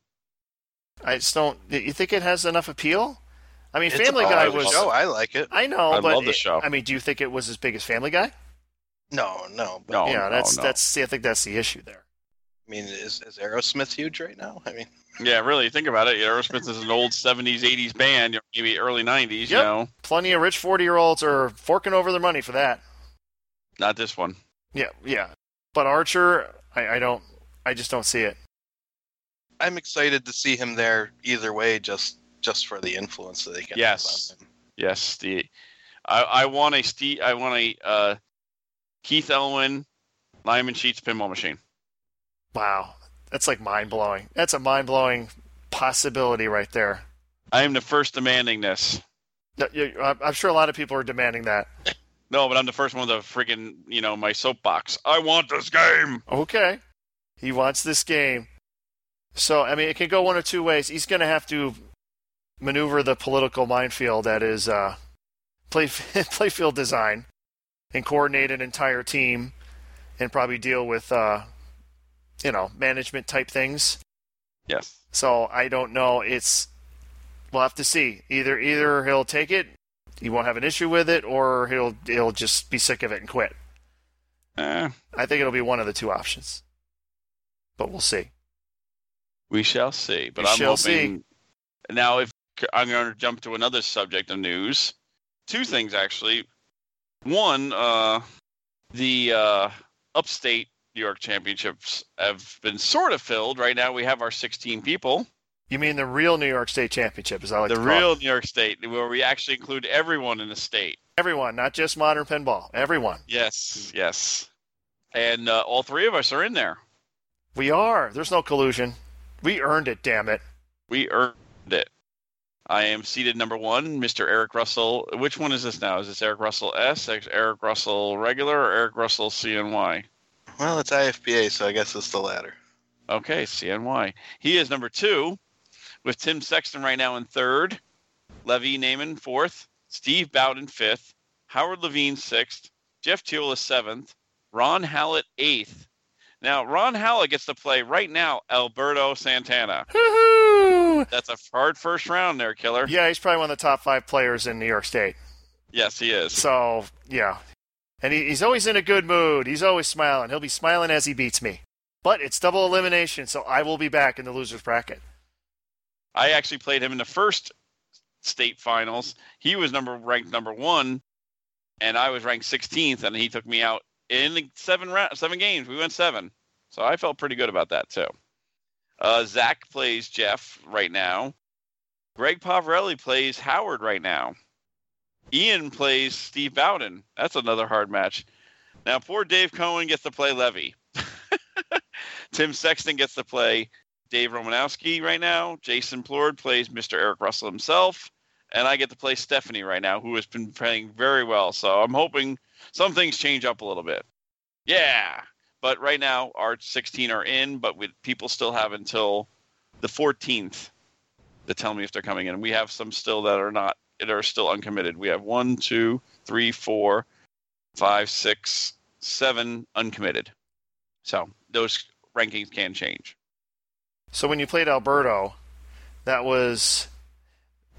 Speaker 4: I just don't. You think it has enough appeal? I mean,
Speaker 6: It's
Speaker 4: Family
Speaker 6: a
Speaker 4: Guy
Speaker 5: popular
Speaker 4: was.
Speaker 6: show. I like it.
Speaker 4: I know,
Speaker 5: I
Speaker 4: but
Speaker 5: love the show.
Speaker 4: I mean, do you think it was as big as Family Guy?
Speaker 6: No, no. But,
Speaker 5: No,
Speaker 4: yeah,
Speaker 5: Oh, no,
Speaker 4: that's
Speaker 5: no.
Speaker 4: that's. See, I think that's the issue there.
Speaker 6: I mean, is, is Aerosmith huge right now? I mean,
Speaker 5: Yeah, really. Think about it. Aerosmith is an old '70s, '80s band, you know, maybe early '90s. You
Speaker 4: Yep.
Speaker 5: know,
Speaker 4: Plenty of rich forty-year-olds are forking over their money for that.
Speaker 5: not this one.
Speaker 4: Yeah, yeah. But Archer, I, I don't. I just don't see it.
Speaker 6: I'm excited to see him there either way, just just for the influence that they can. have
Speaker 5: Yes.
Speaker 6: on him.
Speaker 5: Yes, the I, I want a Steve. I want a uh, Keith Elwin Lyman Sheets pinball machine.
Speaker 4: Wow, that's like mind-blowing. That's a mind-blowing possibility right there.
Speaker 5: I am the first demanding this.
Speaker 4: No, you- I'm I'm sure a lot of people are demanding that.
Speaker 5: No, but I'm the first one to freaking you know my soapbox. I want this game.
Speaker 4: Okay. He wants this game. So, I mean, it can go one of two ways. He's going to have to maneuver the political minefield that is uh, play, playfield design and coordinate an entire team and probably deal with, uh, you know, management type things.
Speaker 5: Yes.
Speaker 4: So I don't know. It's we'll have to see. Either either he'll take it, he won't have an issue with it, or he'll he'll just be sick of it and quit.
Speaker 5: Eh,
Speaker 4: I think it'll be one of the two options. But we'll see.
Speaker 5: we shall see. But
Speaker 4: We
Speaker 5: I'm
Speaker 4: shall
Speaker 5: hoping. Now, if I'm going to jump to another subject of news, two things actually. One, uh, the uh, upstate New York championships have been sort of filled. Right now, we have our 16 people.
Speaker 4: You mean the real New York State Championship, as I like
Speaker 5: the
Speaker 4: to call it.
Speaker 5: real New York State, where we actually include everyone in the state.
Speaker 4: Everyone, not just modern pinball. Everyone.
Speaker 5: Yes, yes. And uh, all three of us are in there.
Speaker 4: We are. There's no collusion. We earned it, damn it.
Speaker 5: We earned it. I am seated number one, Mr. Eric Russell. Which one is this now? Is this Eric Russell S, Eric Russell regular, or Eric Russell CNY?
Speaker 6: Well, it's IFPA, so I guess it's the latter.
Speaker 5: Okay, CNY. He is number two, with Tim Sexton right now in third, Levy Naiman fourth, Steve Bowden fifth, Howard Levine sixth, Jeff Teal is seventh, Ron Hallett eighth. Now, Ron Hallett gets to play right now Alberto Santana.
Speaker 4: Woohoo!
Speaker 5: That's a hard first round there, killer.
Speaker 4: Yeah, he's probably one of the top five players in New York State.
Speaker 5: Yes, he is.
Speaker 4: So, yeah. And he, he's always in a good mood. He's always smiling. He'll be smiling as he beats me. But it's double elimination, so I will be back in the loser's bracket.
Speaker 5: I actually played him in the first state finals. He was number ranked number one, and I was ranked 16th, and he took me out in the seven round, seven games. We went seven, so I felt pretty good about that too. Uh, Zach plays Jeff right now. Greg Pavarelli plays Howard right now. Ian plays Steve Bowden. That's another hard match. Now, poor Dave Cohen gets to play Levy. Tim Sexton gets to play Dave Romanowski right now. Jason Plord plays Mr. Eric Russell himself. And I get to play Stephanie right now, who has been playing very well. So I'm hoping some things change up a little bit. Yeah. But right now, our 16 are in, but we, people still have until the 14th to tell me if they're coming in. We have some still that are not, that are still uncommitted. We have one, two, three, four, five, six, seven uncommitted. So those rankings can change.
Speaker 4: So when you played Alberto, that was.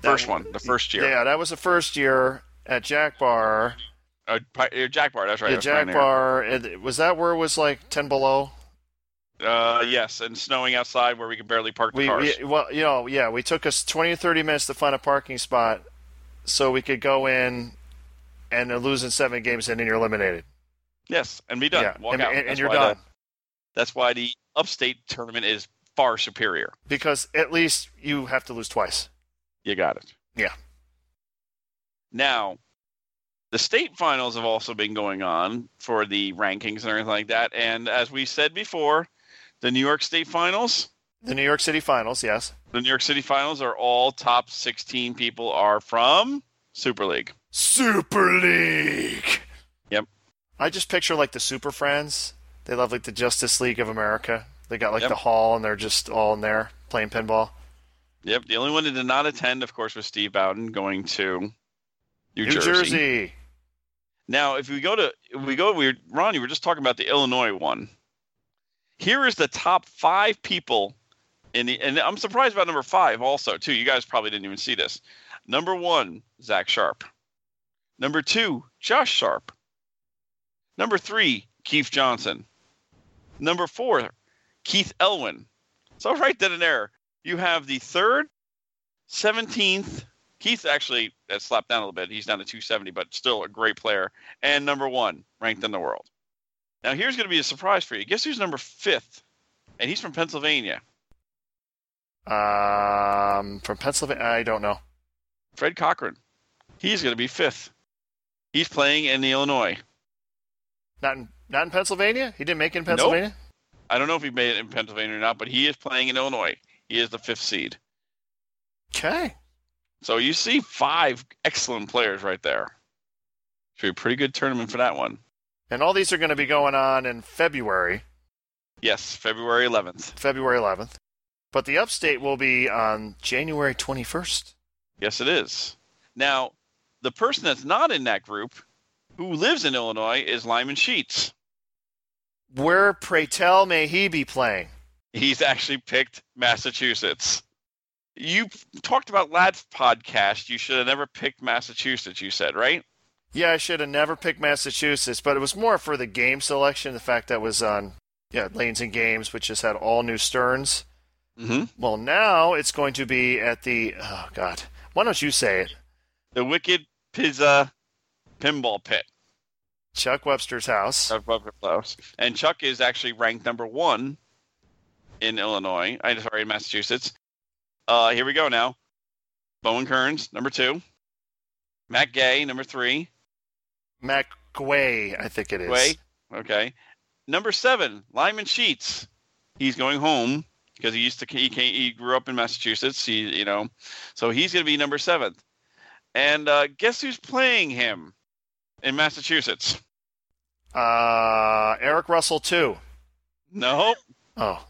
Speaker 4: that
Speaker 5: First
Speaker 4: w-
Speaker 5: one, the first year.
Speaker 4: Yeah, that was the first year at Jack Bar.
Speaker 5: Uh, Pi- uh, Jack Bar, that's right.
Speaker 4: yeah,
Speaker 5: that's
Speaker 4: Jack
Speaker 5: Pioneer.
Speaker 4: Bar. and- Was that where it was like ten below?
Speaker 5: Uh, yes, and snowing outside where we could barely park the
Speaker 4: We,
Speaker 5: cars.
Speaker 4: we well, you know, yeah, we took us twenty or thirty minutes to find a parking spot, so we could go in, and then lose in seven games, and then you're eliminated.
Speaker 5: yes, and be done.
Speaker 4: Yeah,
Speaker 5: Walk
Speaker 4: and,
Speaker 5: out.
Speaker 4: and- and
Speaker 5: That's
Speaker 4: you're
Speaker 5: why
Speaker 4: done
Speaker 5: The, that's why the upstate tournament is far superior.
Speaker 4: because at least you have to lose twice.
Speaker 5: You got it.
Speaker 4: Yeah.
Speaker 5: Now, the state finals have also been going on for the rankings and everything like that. And as we said before, the New York State finals
Speaker 4: The New York City Finals, yes.
Speaker 5: The New York City Finals are all top 16 people are from Super League.
Speaker 4: Super League.
Speaker 5: Yep.
Speaker 4: I just picture like the Super Friends. They love like the Justice League of America. They got like
Speaker 5: Yep.
Speaker 4: the hall and they're just all in there playing pinball.
Speaker 5: Yep. The only one that did not attend, of course, was Steve Bowden going to New,
Speaker 4: Jersey.
Speaker 5: Now, if we go to if we go, we Ron, you were just talking about the Illinois one. Here is the top five people in the, and I'm surprised about number five also too. You guys probably didn't even see this. Number one, Zach Sharp. Number two, Josh Sharp. Number three, Keith Johnson. Number four, Keith Elwin. So right then and there, you have the third, seventeenth. Keith actually has slapped down a little bit. He's down to 270, but still a great player and number one ranked in the world. Now here's going to be a surprise for you. Guess who's number fifth? And he's from Pennsylvania.
Speaker 4: Um, from Pennsylvania. I don't know.
Speaker 5: Fred Cochran. He's going to be fifth. He's playing in Illinois.
Speaker 4: Not in not in Pennsylvania. He didn't make it in
Speaker 5: Nope.
Speaker 4: Pennsylvania.
Speaker 5: I don't know if he made it in Pennsylvania or not, but he is playing in Illinois. He is the fifth seed.
Speaker 4: Okay.
Speaker 5: So you see five excellent players right there. Should be a pretty good tournament for that one.
Speaker 4: And all these are going to be going on in February,
Speaker 5: Yes, February 11th.
Speaker 4: February 11th. But the upstate will be on January 21st.
Speaker 5: Yes, it is. Now, the person that's not in that group who lives in Illinois is Lyman Sheets.
Speaker 4: Where, pray tell, may he be playing?
Speaker 5: He's actually picked Massachusetts. You talked about Lad's podcast. You should have never picked Massachusetts, you said, right?
Speaker 4: Yeah, I should have never picked Massachusetts, but it was more for the game selection. The fact that was on, yeah, Lanes and Games, which has had all new Sterns.
Speaker 5: Mm-hmm.
Speaker 4: Well, now it's going to be at the, oh, God. Why don't you say it?
Speaker 5: The Wicked Pizza Pinball Pit.
Speaker 4: Chuck Webster's house.
Speaker 5: Chuck Buffett Close. And Chuck is actually ranked number one in Illinois. I sorry, in Massachusetts. Uh, here we go now. Bowen Kearns, number two. Matt Gay, number three.
Speaker 4: McGuay, I think it is.
Speaker 5: Way. Okay. Number seven, Lyman Sheets. He's going home because he used to he came, he grew up in Massachusetts. He you know, so he's going to be number seventh. And uh, guess who's playing him in Massachusetts?
Speaker 4: Uh, Eric Russell, too.
Speaker 5: No,
Speaker 4: Oh.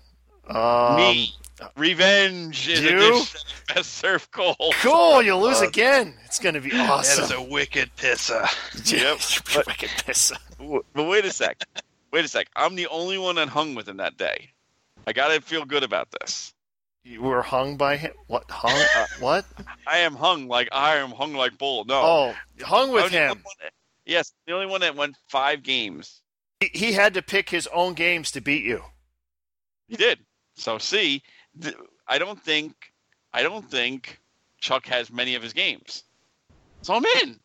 Speaker 4: Um,
Speaker 5: me. Revenge is
Speaker 4: you?
Speaker 5: a dish that is best served cold.
Speaker 4: Cool, you lose
Speaker 6: Uh,
Speaker 4: again. It's going to be
Speaker 6: That is
Speaker 4: awesome.
Speaker 6: a wicked pizza.
Speaker 5: Yep.
Speaker 4: You wicked piss.
Speaker 5: W- But wait a sec. Wait a sec. I'm the only one that hung with him that day. I gotta feel good about this.
Speaker 4: You were hung by him. What hung? Uh, what?
Speaker 5: I am hung like I am hung like bull. No.
Speaker 4: Oh, hung
Speaker 5: I
Speaker 4: with
Speaker 5: was the only
Speaker 4: him.
Speaker 5: one that- yes, the only one that won five games.
Speaker 4: He, he had to pick his own games to beat you.
Speaker 5: He did. So see, th- I don't think I don't think Chuck has many of his games. So I'm in.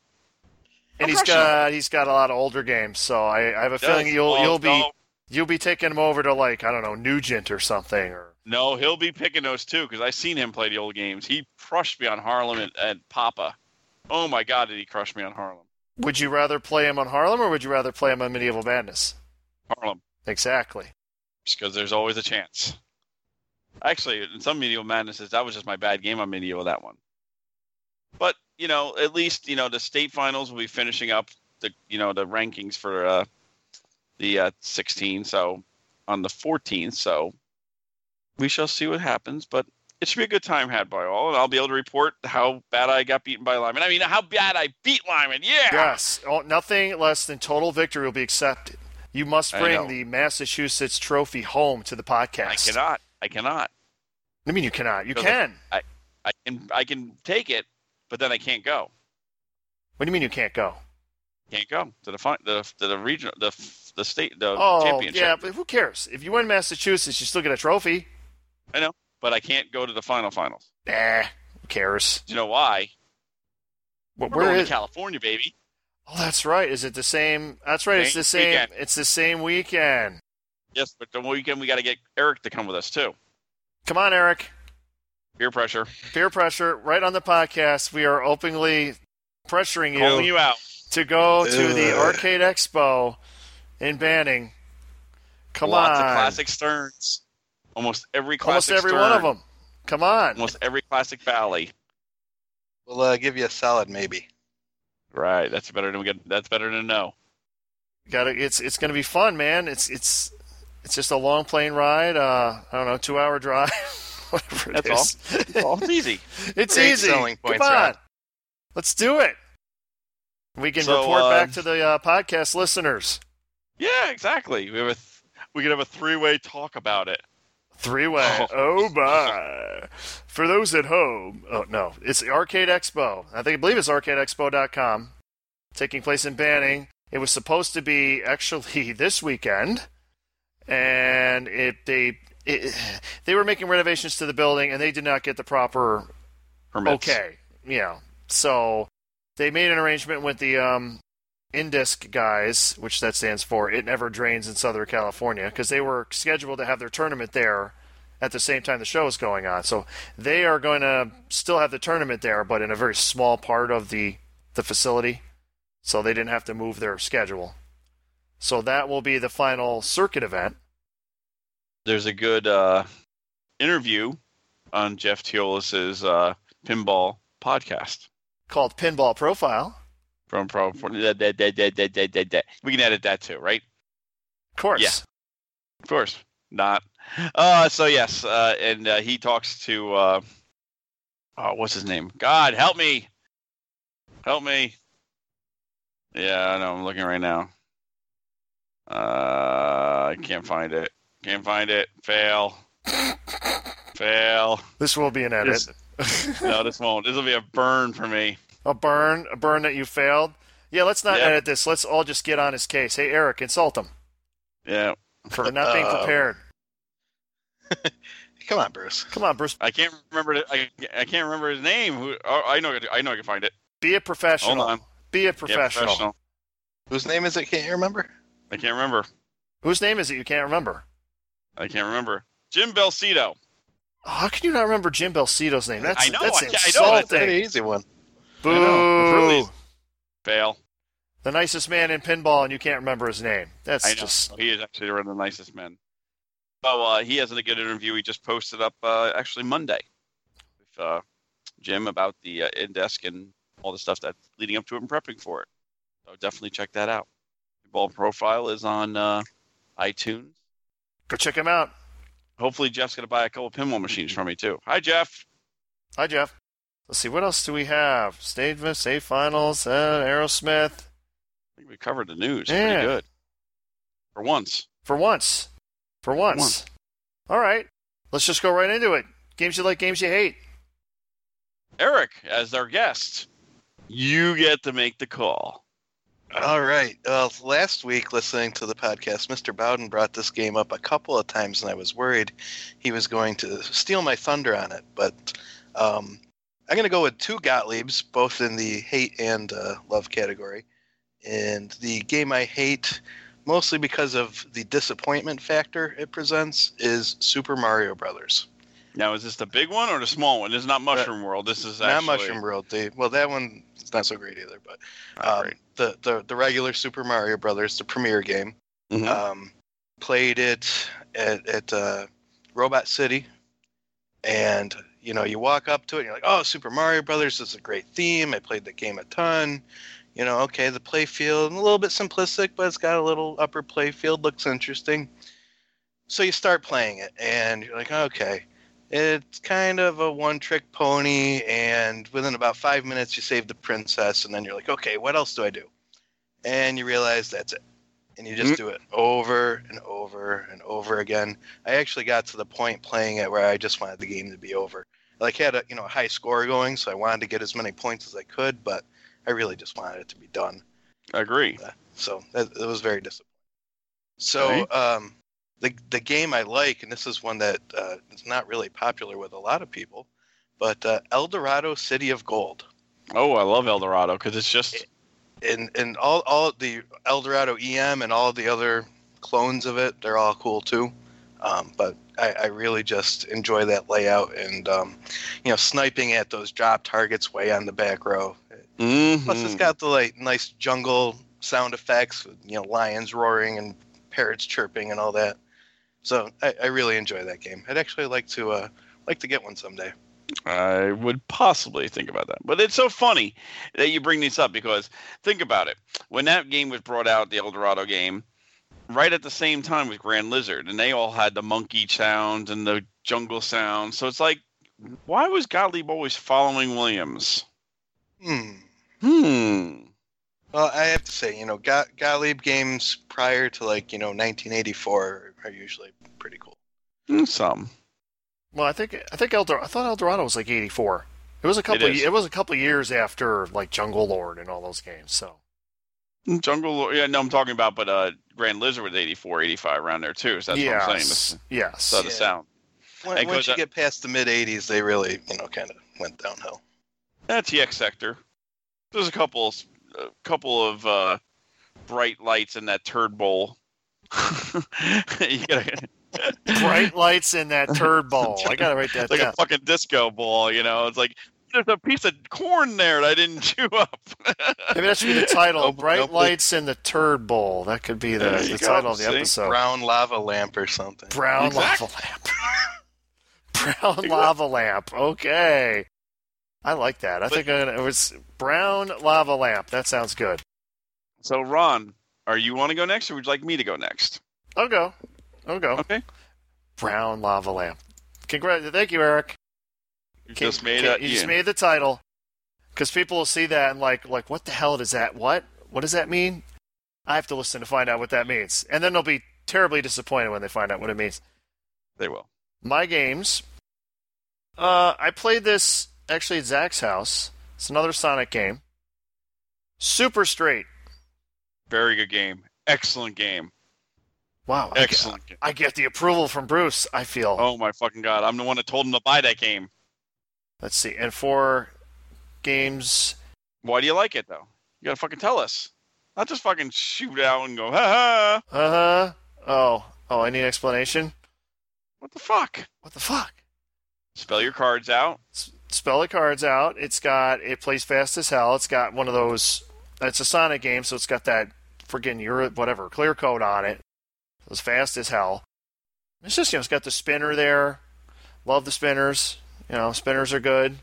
Speaker 4: And he's got he's got a lot of older games, so I, I have a feeling
Speaker 5: Does-
Speaker 4: you'll
Speaker 5: oh,
Speaker 4: you'll be
Speaker 5: no.
Speaker 4: you'll be taking him over to like I don't know Nugent or something or
Speaker 5: No, he'll be picking those too because I seen him play the old games. He crushed me on Harlem and, and Papa. Oh my God, did he crush me on Harlem?
Speaker 4: would you rather play him on Harlem or would you rather play him on Medieval Madness?
Speaker 5: Harlem,
Speaker 4: Exactly.
Speaker 5: because there's always a chance. Actually, in some medieval madnesses, that was just my bad game on medieval that one. But you know, at least you know the state finals will be finishing up the you know the rankings for uh, the uh, 16. So on the 14th, so we shall see what happens. But it should be a good time had by all, and I'll be able to report how bad I got beaten by Lyman. I mean, how bad I beat Lyman. Yeah.
Speaker 4: Yes, oh, nothing less than total victory will be accepted. You must
Speaker 5: I know.
Speaker 4: bring the Massachusetts Trophy home to the
Speaker 5: I
Speaker 4: podcast.
Speaker 5: cannot. I cannot.
Speaker 4: I mean, you cannot. You
Speaker 5: Because
Speaker 4: can.
Speaker 5: I can. I can take it, but then I can't go.
Speaker 4: What do you mean you can't go?
Speaker 5: can't go to the fi- the to the regional the the state the
Speaker 4: Oh,
Speaker 5: championship.
Speaker 4: yeah, but who cares? If you win Massachusetts, you still get a trophy.
Speaker 5: I know, but I can't go to the final finals.
Speaker 4: Nah, who cares?
Speaker 5: Do you know why?
Speaker 4: What,
Speaker 5: We're
Speaker 4: where
Speaker 5: going
Speaker 4: is?
Speaker 5: to California, baby.
Speaker 4: Oh, that's right. Is it the same? That's right. It's
Speaker 5: Same
Speaker 4: the same.
Speaker 5: weekend.
Speaker 4: It's the same weekend.
Speaker 5: Yes, but the weekend we got to get Eric to come with us too.
Speaker 4: Come on, Eric.
Speaker 5: Peer pressure,
Speaker 4: Peer pressure, right on the podcast. We are openly pressuring you,
Speaker 5: calling you out.
Speaker 4: to go to the
Speaker 6: Ugh.
Speaker 4: Arcade Expo in Banning. Come
Speaker 5: Lots
Speaker 4: on.
Speaker 5: of classic Sterns. Almost every
Speaker 4: Almost
Speaker 5: classic
Speaker 4: every
Speaker 5: Stern,
Speaker 4: one of them. Come on.
Speaker 5: Almost every classic Valley.
Speaker 6: We'll uh, give you a solid maybe.
Speaker 5: Right. That's better than we get. That's better than no.
Speaker 4: Got to It's it's gonna be fun, man. It's it's it's just a long plane ride. Uh, I don't know, two hour drive. Whatever it
Speaker 5: That's
Speaker 4: is.
Speaker 5: Oh, it's easy.
Speaker 4: it's
Speaker 6: Great
Speaker 4: easy.
Speaker 6: selling points,
Speaker 4: Come on.
Speaker 6: Ron.
Speaker 4: Let's do it. We can
Speaker 5: So,
Speaker 4: report
Speaker 5: uh,
Speaker 4: back to the uh, podcast listeners.
Speaker 5: Yeah, exactly. We have a th- we could have a three way talk about it.
Speaker 4: Three way. Oh my. For those at home, oh no, it's the Arcade Expo. I think I believe it's arcadeexpo.com. Taking place in Banning. It was supposed to be actually this weekend, and it they it, they were making renovations to the building, and they did not get the proper
Speaker 5: Permits.
Speaker 4: okay, you know. So they made an arrangement with the um, Indisc guys, which that stands for It Never Drains in Southern California, because they were scheduled to have their tournament there at the same time the show is going on. So they are going to still have the tournament there, but in a very small part of the the facility. So they didn't have to move their schedule. So that will be the final circuit event.
Speaker 5: There's a good uh, interview on Jeff Teolis's uh, pinball podcast
Speaker 4: called Pinball Profile.
Speaker 5: from from. from da, da, da, da, da, da, da, da. We can edit that too, right?
Speaker 4: Of course.
Speaker 5: Yeah. Of course not. Uh, so yes, uh, and uh, he talks to uh, oh, what's his name? God help me, help me. Yeah, I know. I'm looking right now. Uh, I can't find it. Can't find it. Fail. Fail.
Speaker 4: This will be an edit.
Speaker 5: No, this won't. This will be a burn for me.
Speaker 4: A burn, a burn that you failed. Yeah, let's not
Speaker 5: Yep.
Speaker 4: edit this. Let's all just get on his case. Hey, Eric, insult him
Speaker 5: Yeah,
Speaker 4: for not being
Speaker 6: Uh,
Speaker 4: prepared.
Speaker 6: Come on, Bruce.
Speaker 4: Come on, Bruce.
Speaker 5: I can't remember. the- I I can't remember his name. Who? Oh, I know. I know. I can find it.
Speaker 4: Be a professional.
Speaker 5: Hold on.
Speaker 4: Be a
Speaker 5: Yeah,
Speaker 4: professional.
Speaker 6: Whose name is it? Can't you remember?
Speaker 5: I can't remember.
Speaker 4: Whose name is it? You can't remember.
Speaker 5: I can't remember. Jim Belcito.
Speaker 4: Oh, how can you not remember Jim Belcito's name? That's
Speaker 5: I know,
Speaker 4: that's
Speaker 5: I- I know,
Speaker 6: That's a
Speaker 4: insulting.
Speaker 6: pretty easy one.
Speaker 5: I know, it's really
Speaker 4: Boo!
Speaker 5: easy. Fail.
Speaker 4: The nicest man in pinball, and you can't remember his name. That's
Speaker 5: I know.
Speaker 4: just
Speaker 5: He is actually one of the nicest men. So uh, he has a good interview. He just posted up uh, actually Monday with uh, Jim about the uh, in desk and all the stuff that's leading up to it and prepping for it. So definitely check that out. Ball profile is on uh, iTunes.
Speaker 4: go check him out.
Speaker 5: Hopefully Jeff's going to buy a couple pinball machines from me too. Hi Jeff.
Speaker 4: Hi, Jeff. Let's see what else do we have. State state finals. Uh, Aerosmith.
Speaker 5: I think we covered the news
Speaker 4: Yeah.
Speaker 5: pretty good for once.
Speaker 4: For once. For once.
Speaker 5: once.
Speaker 4: All right. Let's just go right into it. Games you like, games you hate.
Speaker 5: Eric, as our guest, you get to make the call.
Speaker 6: All right. Well, last week, listening to the podcast, Mr. Bowden brought this game up a couple of times, and I was worried he was going to steal my thunder on it. But um, I'm going to go with two Gottliebs, both in the hate and uh, love category. And the game I hate, mostly because of the disappointment factor it presents, is Super Mario Brothers.
Speaker 5: Now, is this the big one or the small one? This is not Mushroom World. This is
Speaker 6: Not
Speaker 5: actually
Speaker 6: Mushroom World. They, well, that one is not so great either. But
Speaker 5: Not
Speaker 6: um,
Speaker 5: great.
Speaker 6: the, the the regular Super Mario Brothers, the premiere game.
Speaker 5: Mhm.
Speaker 6: um, played it at, at uh, Robot City, and you know you walk up to it and you're like, "Oh, Super Mario Brothers is a great theme. I played the game a ton." You know, okay, the play field a little bit simplistic, but it's got a little upper play field. Looks interesting. So you start playing it, and you're like, "Okay." It's kind of a one-trick pony, and within about five minutes, you save the princess, and then you're like, "Okay, what else do I do?" And you realize that's it and you just do it over and over and over again. I actually got to the point playing it where I just wanted the game to be over. Like had a you know a high score going, so I wanted to get as many points as I could, but I really just wanted it to be done.
Speaker 5: I agree.
Speaker 6: So that, it was very disappointing. So
Speaker 5: Okay.
Speaker 6: um, the the game I like, and this is one that uh, is not really popular with a lot of people, but uh, El Dorado City of Gold.
Speaker 5: Oh, I love El Dorado because it's just
Speaker 6: and and all all the Eldorado EM and all the other clones of it, they're all cool too. Um, but I, I really just enjoy that layout and um, you know sniping at those drop targets way on the back row. Plus, it's
Speaker 5: Mhm.
Speaker 6: got the like nice jungle sound effects, with, you know lions roaring and parrots chirping and all that. So I, I really enjoy that game. I'd actually like to uh, like to get one someday.
Speaker 5: I would possibly think about that. But it's so funny that you bring this up because think about it. When that game was brought out, the Eldorado game, right at the same time was Grand Lizard, and they all had the monkey sounds and the jungle sounds. So it's like, why was Gottlieb always following Williams?
Speaker 6: Hmm.
Speaker 5: Hmm.
Speaker 6: Well, I have to say, you know, Go- Gottlieb games prior to like you know 1984 are usually pretty cool.
Speaker 5: Hmm, Some.
Speaker 4: Well, I think I think Eldorado. I thought Eldorado was like '84. It was a couple.
Speaker 5: is.
Speaker 4: It, was a couple years after like Jungle Lord and all those games. So
Speaker 5: Jungle Lord. Yeah, no, I'm talking about, but uh, Grand Lizard was 84, 85 around there too. So that's
Speaker 4: yes,
Speaker 5: what I'm saying. That's,
Speaker 4: yes.
Speaker 5: that's the
Speaker 6: Yeah.
Speaker 5: sound.
Speaker 6: When-
Speaker 5: It
Speaker 6: once
Speaker 5: goes
Speaker 6: you
Speaker 5: up-
Speaker 6: get past the mid 80s, they really you know kind of went downhill.
Speaker 5: That's the X Sector. There's a couple, a couple of uh, bright lights in that turd bowl. you gotta,
Speaker 4: Bright lights in that turd ball. I gotta write that
Speaker 5: it's like
Speaker 4: down.
Speaker 5: a fucking disco ball, you know. It's like there's a piece of corn there that I didn't chew up.
Speaker 4: Maybe that should be the title.
Speaker 6: Nope,
Speaker 4: Bright
Speaker 6: nope.
Speaker 4: lights in the turd bowl. That could be the,
Speaker 5: There you
Speaker 4: the
Speaker 5: go,
Speaker 4: title of the
Speaker 5: see?
Speaker 4: episode.
Speaker 6: Brown lava lamp or something.
Speaker 4: Brown
Speaker 5: Exactly.
Speaker 4: lava lamp. brown lava lamp. Okay. I like that. I
Speaker 5: But-
Speaker 4: think I'm gonna, it was brown lava lamp. That sounds good.
Speaker 5: so, Ron, are you want to go next, or would you like me to go next?
Speaker 4: I'll go. I'll go.
Speaker 5: Okay,
Speaker 4: Brown lava lamp. Congrat. Thank you, Eric.
Speaker 5: you
Speaker 4: Can-
Speaker 5: just made
Speaker 4: can-
Speaker 5: a
Speaker 4: you just
Speaker 5: yeah.
Speaker 4: made the title because people will see that and like like what the hell does that what what does that mean i have to listen to find out what that means and then they'll be terribly disappointed when they find out what it means
Speaker 5: They will.
Speaker 4: my games uh i played this actually at zach's house it's another sonic game super straight
Speaker 5: Very good game. Excellent game.
Speaker 4: wow I get-
Speaker 5: Excellent game.
Speaker 4: I, get the approval from bruce i feel
Speaker 5: Oh my fucking god! I'm the one that told him to buy that game.
Speaker 4: let's see and four games
Speaker 5: Why do you like it though? You gotta fucking tell us. Not just fucking shoot out and go, ha ha.
Speaker 4: uh-huh oh oh i need explanation
Speaker 5: What the fuck?
Speaker 4: what the fuck
Speaker 5: Spell your cards out.
Speaker 4: s- spell the cards out. It's got it plays fast as hell. It's got one of those. It's a Sonic game, so it's got that friggin' Euro, whatever clear coat on it. It's fast as hell. It's just you know it's got the spinner there. Love the spinners. You know spinners are good.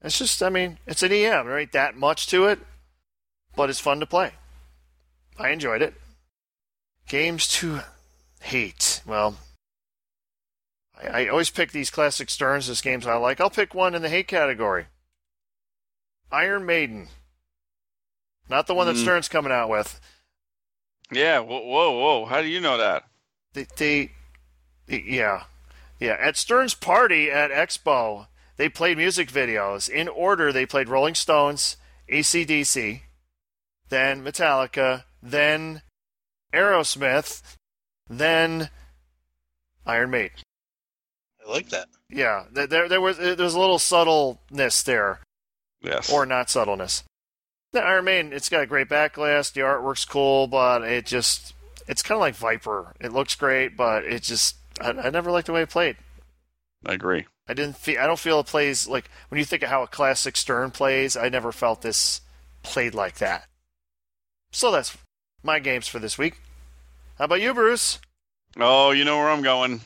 Speaker 4: It's just I mean it's an EM. There ain't that much to it, but it's fun to play. I enjoyed it. Games to hate. Well, I, I always pick these classic Stearns as games I like. I'll pick one in the hate category. Iron Maiden. Not the one that
Speaker 5: Mm.
Speaker 4: Stearns coming out with.
Speaker 5: Yeah. Whoa, whoa, whoa. How do you know that?
Speaker 4: They, they, yeah, yeah. At Stearns' party at Expo, they played music videos in order. They played Rolling Stones, AC/DC, then Metallica, then Aerosmith, then Iron Maiden.
Speaker 6: I like that.
Speaker 4: Yeah, th- there there was there was a little subtleness there,
Speaker 5: Yes.
Speaker 4: or not subtleness. The Iron Maiden, it's got a great back glass. The artwork's cool, but it just it's kind of like Viper. It looks great, but it just I, I never liked the way it played.
Speaker 5: I agree.
Speaker 4: I didn't feel I don't feel it plays like when you think of how a classic Stern plays. I never felt this played like that. So that's my games for this week. How about you, Bruce?
Speaker 5: Oh, you know where I'm going.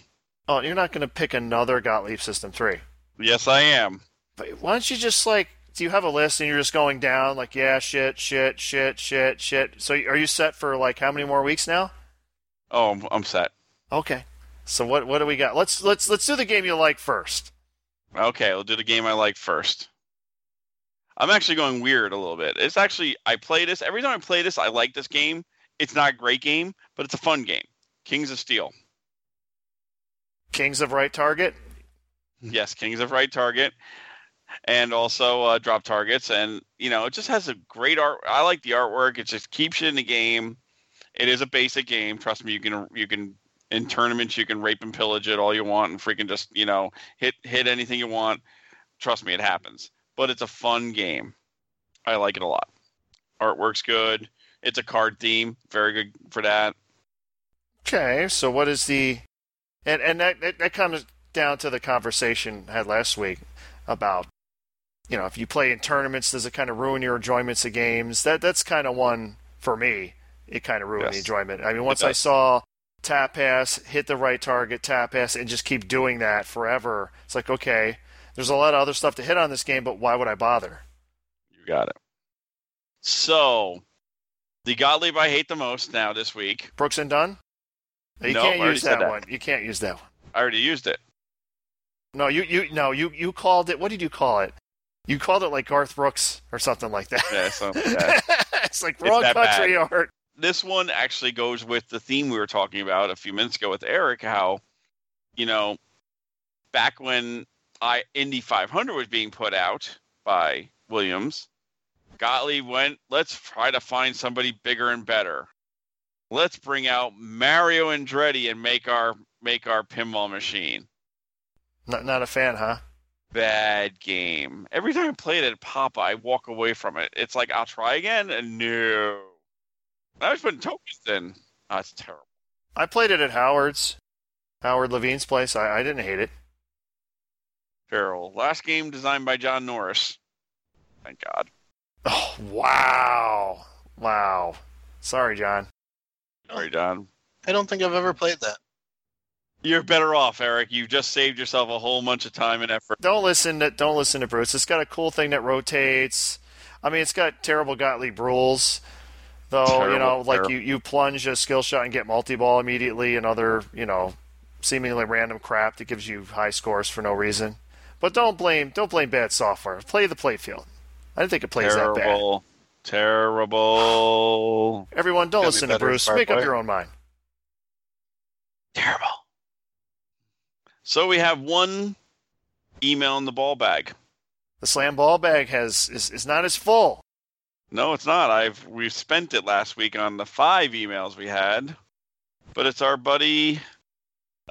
Speaker 4: Oh, you're not going to pick another Gottlieb System three.
Speaker 5: Yes, I am.
Speaker 4: But why don't you just like do you have a list and you're just going down like yeah shit shit shit shit shit so are you set for like how many more weeks now
Speaker 5: Oh, I'm, I'm set.
Speaker 4: okay so what what do we got let's let's let's do the game you like first
Speaker 5: Okay, I'll do the game I like first. I'm actually going weird a little bit. It's actually I play this every time I play this. I like this game. It's not a great game, but it's a fun game. Kings of Steel.
Speaker 4: kings of right target
Speaker 5: Yes, Kings of Right Target, and also uh, Drop Targets, and you know it just has a great art. I like the artwork. It just keeps you in the game. It is a basic game. Trust me, you can you can in tournaments you can rape and pillage it all you want and freaking just you know hit hit anything you want. Trust me, it happens. But it's a fun game. I like it a lot. Artwork's good. It's a card theme. Very good for that.
Speaker 4: okay so what is the and and that that, that comes down to the conversation I had last week about you know if you play in tournaments does it kind of ruin your enjoyments of games that that's kind of one for me it kind of ruined the
Speaker 5: Yes.
Speaker 4: enjoyment i mean once i
Speaker 5: does.
Speaker 4: saw tap pass, hit the right target, tap pass, and just keep doing that forever. It's like, okay, there's a lot of other stuff to hit on this game, but why would I bother?
Speaker 5: You got it. So, the Gottlieb I hate the most now this week.
Speaker 4: Brooks and Dunn? You
Speaker 5: No, I
Speaker 4: can't
Speaker 5: already
Speaker 4: use
Speaker 5: said
Speaker 4: that,
Speaker 5: that.
Speaker 4: one. You can't use that one.
Speaker 5: I already used it.
Speaker 4: No, you, you no, you, you called it what did you call it? You called it like Garth Brooks or something like that.
Speaker 5: Yeah, something like that.
Speaker 4: it's like wrong
Speaker 5: that bad.
Speaker 4: country art.
Speaker 5: This one actually goes with the theme we were talking about a few minutes ago with Eric. How, you know, back when I Indy 500 was being put out by Williams, Gottlieb went, "Let's try to find somebody bigger and better. Let's bring out Mario Andretti and make our make our pinball machine."
Speaker 4: Not, not a fan, huh?
Speaker 5: bad game. Every time I play it at Pop, I walk away from it. It's like I'll try again, and no. I was putting tokens in. Oh, it's terrible.
Speaker 4: I played it at Howard's, Howard Levine's place. I, I didn't hate it.
Speaker 5: Terrible. Last game designed by John Norris. Thank God.
Speaker 4: Oh wow, wow. Sorry, John. Oh.
Speaker 5: Sorry, John.
Speaker 6: I don't think I've ever played that.
Speaker 5: You're better off, Eric. You've just saved yourself a whole bunch of time and effort.
Speaker 4: Don't listen to don't listen to Bruce. It's got a cool thing that rotates. I mean, it's got terrible Gottlieb rules, though. you
Speaker 5: Terrible,
Speaker 4: know, like
Speaker 5: terrible.
Speaker 4: you you plunge a skill shot and get multi ball immediately, and other you know seemingly random crap that gives you high scores for no reason. But don't blame don't blame bad software. Play the playfield. I didn't think it plays that bad.
Speaker 5: Terrible. Terrible.
Speaker 4: Everyone, don't
Speaker 6: Gotta be
Speaker 4: listen to
Speaker 6: better
Speaker 4: Bruce.
Speaker 6: smart
Speaker 4: Make up
Speaker 6: player.
Speaker 4: your own mind.
Speaker 5: Terrible. So we have one email in the ball bag.
Speaker 4: The slam ball bag has is, is not as full.
Speaker 5: No, it's not. I've we spent it last week on the five emails we had, but it's our buddy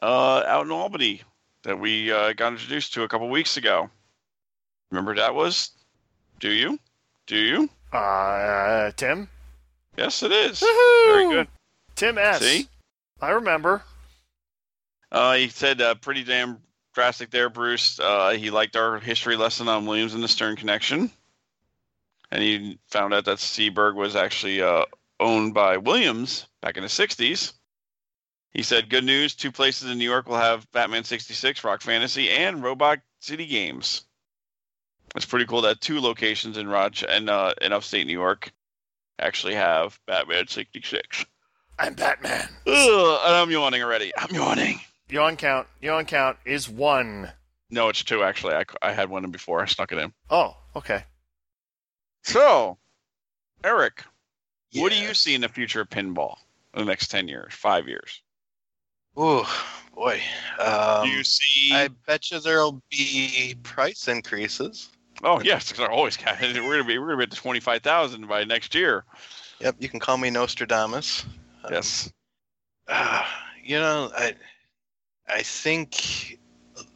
Speaker 5: uh, out in Albany that we uh, got introduced to a couple weeks ago. Remember that was? Do you? Do you?
Speaker 4: Uh, Tim,
Speaker 5: Yes, it is.
Speaker 4: Woohoo!
Speaker 5: Very good.
Speaker 4: Tim S.
Speaker 5: See?
Speaker 4: I remember.
Speaker 5: Uh, he said uh, pretty damn drastic there, Bruce. Uh, he liked our history lesson on Williams and the Stern connection, and he found out that Seaberg was actually uh, owned by Williams back in the '60s. He said, "Good news! Two places in New York will have Batman '66, Rock Fantasy, and Robot City games." It's pretty cool that two locations in Roch and uh, in upstate New York actually have Batman '66.
Speaker 4: I'm Batman.
Speaker 5: Ugh, and I'm yawning already. I'm yawning.
Speaker 4: Yawn count. Yawn count is one.
Speaker 5: No, it's two actually. I, I had one in before. I snuck it in.
Speaker 4: Oh, okay.
Speaker 5: So, Eric, what do
Speaker 6: Yeah.
Speaker 5: you see in the future of pinball in the next ten years, five years?
Speaker 6: Ooh, boy. Um,
Speaker 5: do you see?
Speaker 6: I bet you there'll be price increases.
Speaker 5: oh yes, because I always got. We're gonna be we're gonna be at twenty five thousand by next year.
Speaker 6: Yep, you can call me Nostradamus. Um,
Speaker 5: Yes.
Speaker 6: uh, you know, I, I think,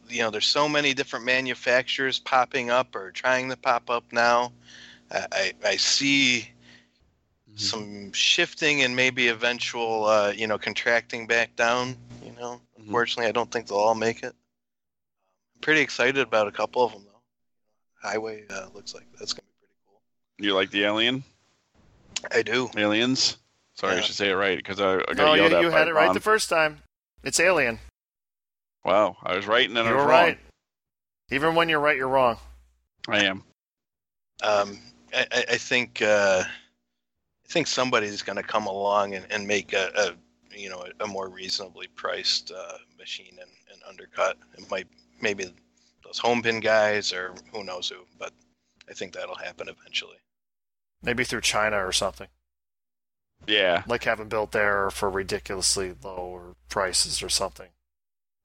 Speaker 6: you know, there's so many different manufacturers popping up or trying to pop up now. I, I, I see
Speaker 5: Mm-hmm.
Speaker 4: Mm-hmm.
Speaker 6: some shifting and maybe eventual, uh, you know, contracting back down. You know,
Speaker 5: Mhm.
Speaker 6: unfortunately, I don't think they'll all make it. I'm pretty excited about a couple of them though. Highway uh, looks like that's gonna be pretty cool.
Speaker 5: You like the alien
Speaker 6: I do.
Speaker 5: aliens? Sorry,
Speaker 6: Yeah.
Speaker 5: I should say it right because I, I got
Speaker 4: No, you,
Speaker 5: yelled at
Speaker 4: Oh, you
Speaker 5: by
Speaker 4: had it right
Speaker 5: Ron.
Speaker 4: the first time. It's Alien.
Speaker 5: wow, I was right and then
Speaker 4: you
Speaker 5: I
Speaker 4: were
Speaker 5: was wrong.
Speaker 4: right. Even when you're right, you're wrong.
Speaker 5: I am.
Speaker 6: Um, I, I I think uh, I think somebody's gonna come along and, and make a, a you know a more reasonably priced uh, machine and, and undercut. It might maybe those home pin guys or who knows who, but I think that'll happen eventually.
Speaker 4: Maybe through China or something.
Speaker 5: Yeah.
Speaker 4: Like having built there for ridiculously lower prices or something.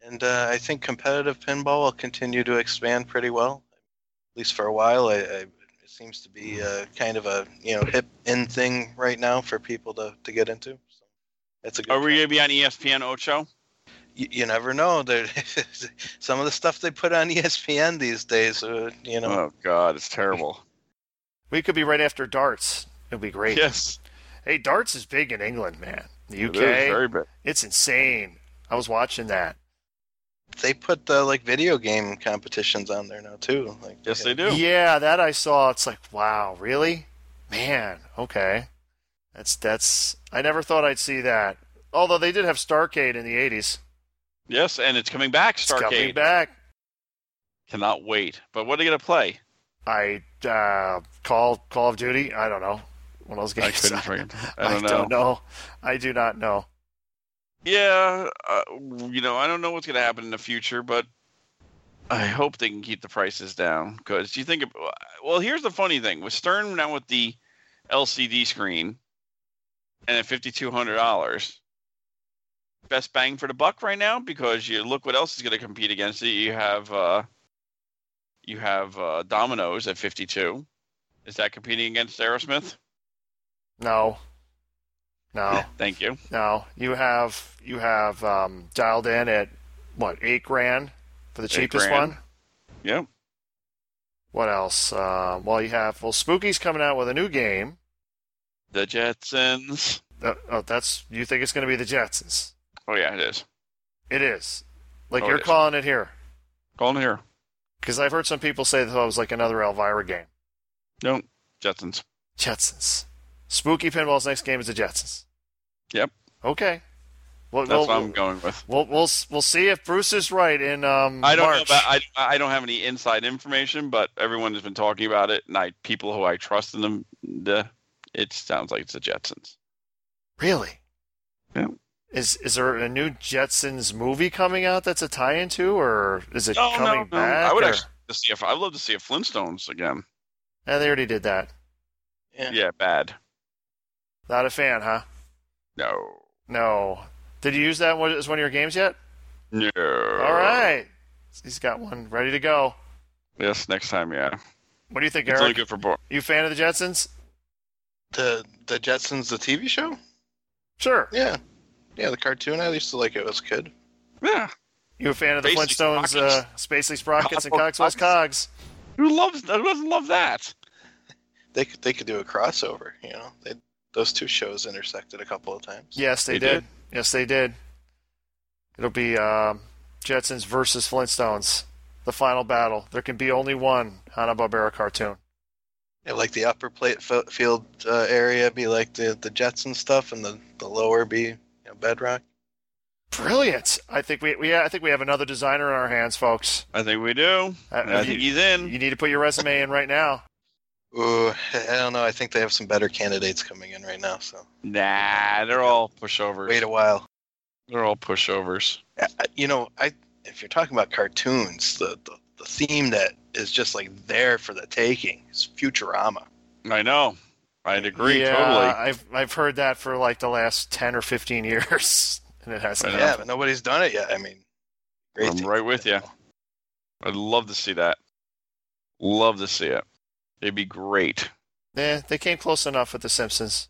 Speaker 6: And uh, I think competitive pinball will continue to expand pretty well, at least for a while. I, I, it seems to be uh, kind of a you know hip in thing right now for people to, to get into. So that's a good.
Speaker 5: Are we
Speaker 6: trend.
Speaker 5: gonna be on E ESPN Ocho?
Speaker 6: you, you never know. There, some of the stuff they put on E ESPN these days, uh, you know.
Speaker 5: Oh God, it's terrible.
Speaker 4: We could be right after darts. It'd be great.
Speaker 5: yes.
Speaker 4: Hey, darts is big in England, man. The UK.
Speaker 5: It is very big.
Speaker 4: It's insane. I was watching that.
Speaker 6: They put uh, like video game competitions on there now too. Like
Speaker 5: Yes, they
Speaker 6: yeah.
Speaker 5: do.
Speaker 4: Yeah, that I saw. It's like, wow, really? Man, okay. That's that's I never thought I'd see that. Although they did have Starcade in the 80s.
Speaker 5: Yes, and it's coming back,
Speaker 4: It's coming
Speaker 5: Starcade.
Speaker 4: back.
Speaker 5: Cannot wait. But what are they going to play?
Speaker 4: I uh, call Call of Duty. I don't know. One of those
Speaker 5: I
Speaker 4: games.
Speaker 5: couldn't forget. I
Speaker 4: I
Speaker 5: don't know.
Speaker 4: don't know. I do not know.
Speaker 5: Yeah, uh, you know, I don't know what's going to happen in the future, but I hope they can keep the prices down. Because you think, ab- well, here's the funny thing with Stern now with the LCD screen and at fifty two hundred dollars, best bang for the buck right now because you look what else is going to compete against it. You have uh, you have uh, Domino's at fifty two. Is that competing against Aerosmith?
Speaker 4: No. No.
Speaker 5: Thank you.
Speaker 4: no. You have you have um, dialed in at what eight grand for the cheapest
Speaker 5: grand.
Speaker 4: one.
Speaker 5: Yep.
Speaker 4: What else? Uh, well, you have well, Spooky's coming out with a new game.
Speaker 5: The Jetsons.
Speaker 4: Uh, oh, that's you think it's going to be the Jetsons?
Speaker 5: Oh yeah, it is.
Speaker 4: It is. Like
Speaker 5: Oh, it
Speaker 4: you're
Speaker 5: is.
Speaker 4: calling it here
Speaker 5: Calling it here.
Speaker 4: because I've heard some people say that it was like another Elvira game.
Speaker 5: No, Jetsons.
Speaker 4: Jetsons. Spooky Pinball's next game is the Jetsons.
Speaker 5: Yep.
Speaker 4: Okay. Well,
Speaker 5: That's
Speaker 4: we'll,
Speaker 5: what I'm going with.
Speaker 4: we'll we'll s- we'll see if Bruce is right in um.
Speaker 5: I don't know
Speaker 4: March.
Speaker 5: about, I I don't have any inside information, but everyone has been talking about it, and I people who I trust in them. The it sounds like it's the Jetsons.
Speaker 4: Really?
Speaker 5: Yeah.
Speaker 4: Is is there a new Jetsons movie coming out that's a tie-in to, or is it coming back?
Speaker 5: I would
Speaker 4: or-
Speaker 5: actually love to see if I'd love to see a Flintstones again.
Speaker 4: Yeah, they already did that.
Speaker 5: Yeah,
Speaker 6: Yeah.
Speaker 5: bad.
Speaker 4: Not a fan, huh?
Speaker 5: No, one-
Speaker 4: No. Did you use that one as one of your games yet?
Speaker 5: no.
Speaker 4: All right. He's got one ready to go.
Speaker 5: Yes, next time. Yeah,
Speaker 4: What do you think,
Speaker 5: it's only
Speaker 4: Eric?
Speaker 5: good for bo-
Speaker 4: You fan of the Jetsons?
Speaker 6: The the Jetsons, the TV show.
Speaker 4: Sure.
Speaker 6: Yeah, yeah, the cartoon. I used to like it as a kid.
Speaker 5: yeah.
Speaker 4: You a fan of the
Speaker 5: Spacely
Speaker 4: Flintstones, uh, Spacely Sprockets, and
Speaker 5: Cogswell
Speaker 4: Cogswell's Cogs?
Speaker 5: Who loves who doesn't love that?
Speaker 6: They could they could do a crossover. You know, they, those two shows intersected a couple of times.
Speaker 4: Yes, they,
Speaker 5: They
Speaker 4: did.
Speaker 5: did.
Speaker 4: Yes, they did. It'll be um, Jetsons versus Flintstones, the final battle. There can be only one Hanna Barbera cartoon.
Speaker 6: Yeah, like the upper plate fi- field uh, area be like the the Jetson stuff, and the the lower be you know, Bedrock.
Speaker 4: Brilliant! I think we, we I think we have another designer in our hands, folks.
Speaker 5: I think we do.
Speaker 4: Uh,
Speaker 5: I think
Speaker 4: you,
Speaker 5: he's in.
Speaker 4: you need to put your resume in right now.
Speaker 6: Ooh, I don't know. I think they have some better candidates coming in right now. So
Speaker 5: Nah, they're all pushovers.
Speaker 6: wait a while.
Speaker 5: They're all pushovers.
Speaker 6: I- I- you know, I if you're talking about cartoons, the, the the theme that is just like there for the taking is Futurama.
Speaker 5: I know. I'd agree
Speaker 4: yeah,
Speaker 5: totally.
Speaker 4: I've I've heard that for like the last ten or fifteen years, and it hasn't.
Speaker 5: I know.
Speaker 6: Yeah, but nobody's done it yet. I mean,
Speaker 5: I'm
Speaker 6: thing.
Speaker 5: right with ya. I'd love to see that. Love to see it. It'd be great.
Speaker 4: Eh, they came close enough with the Simpsons.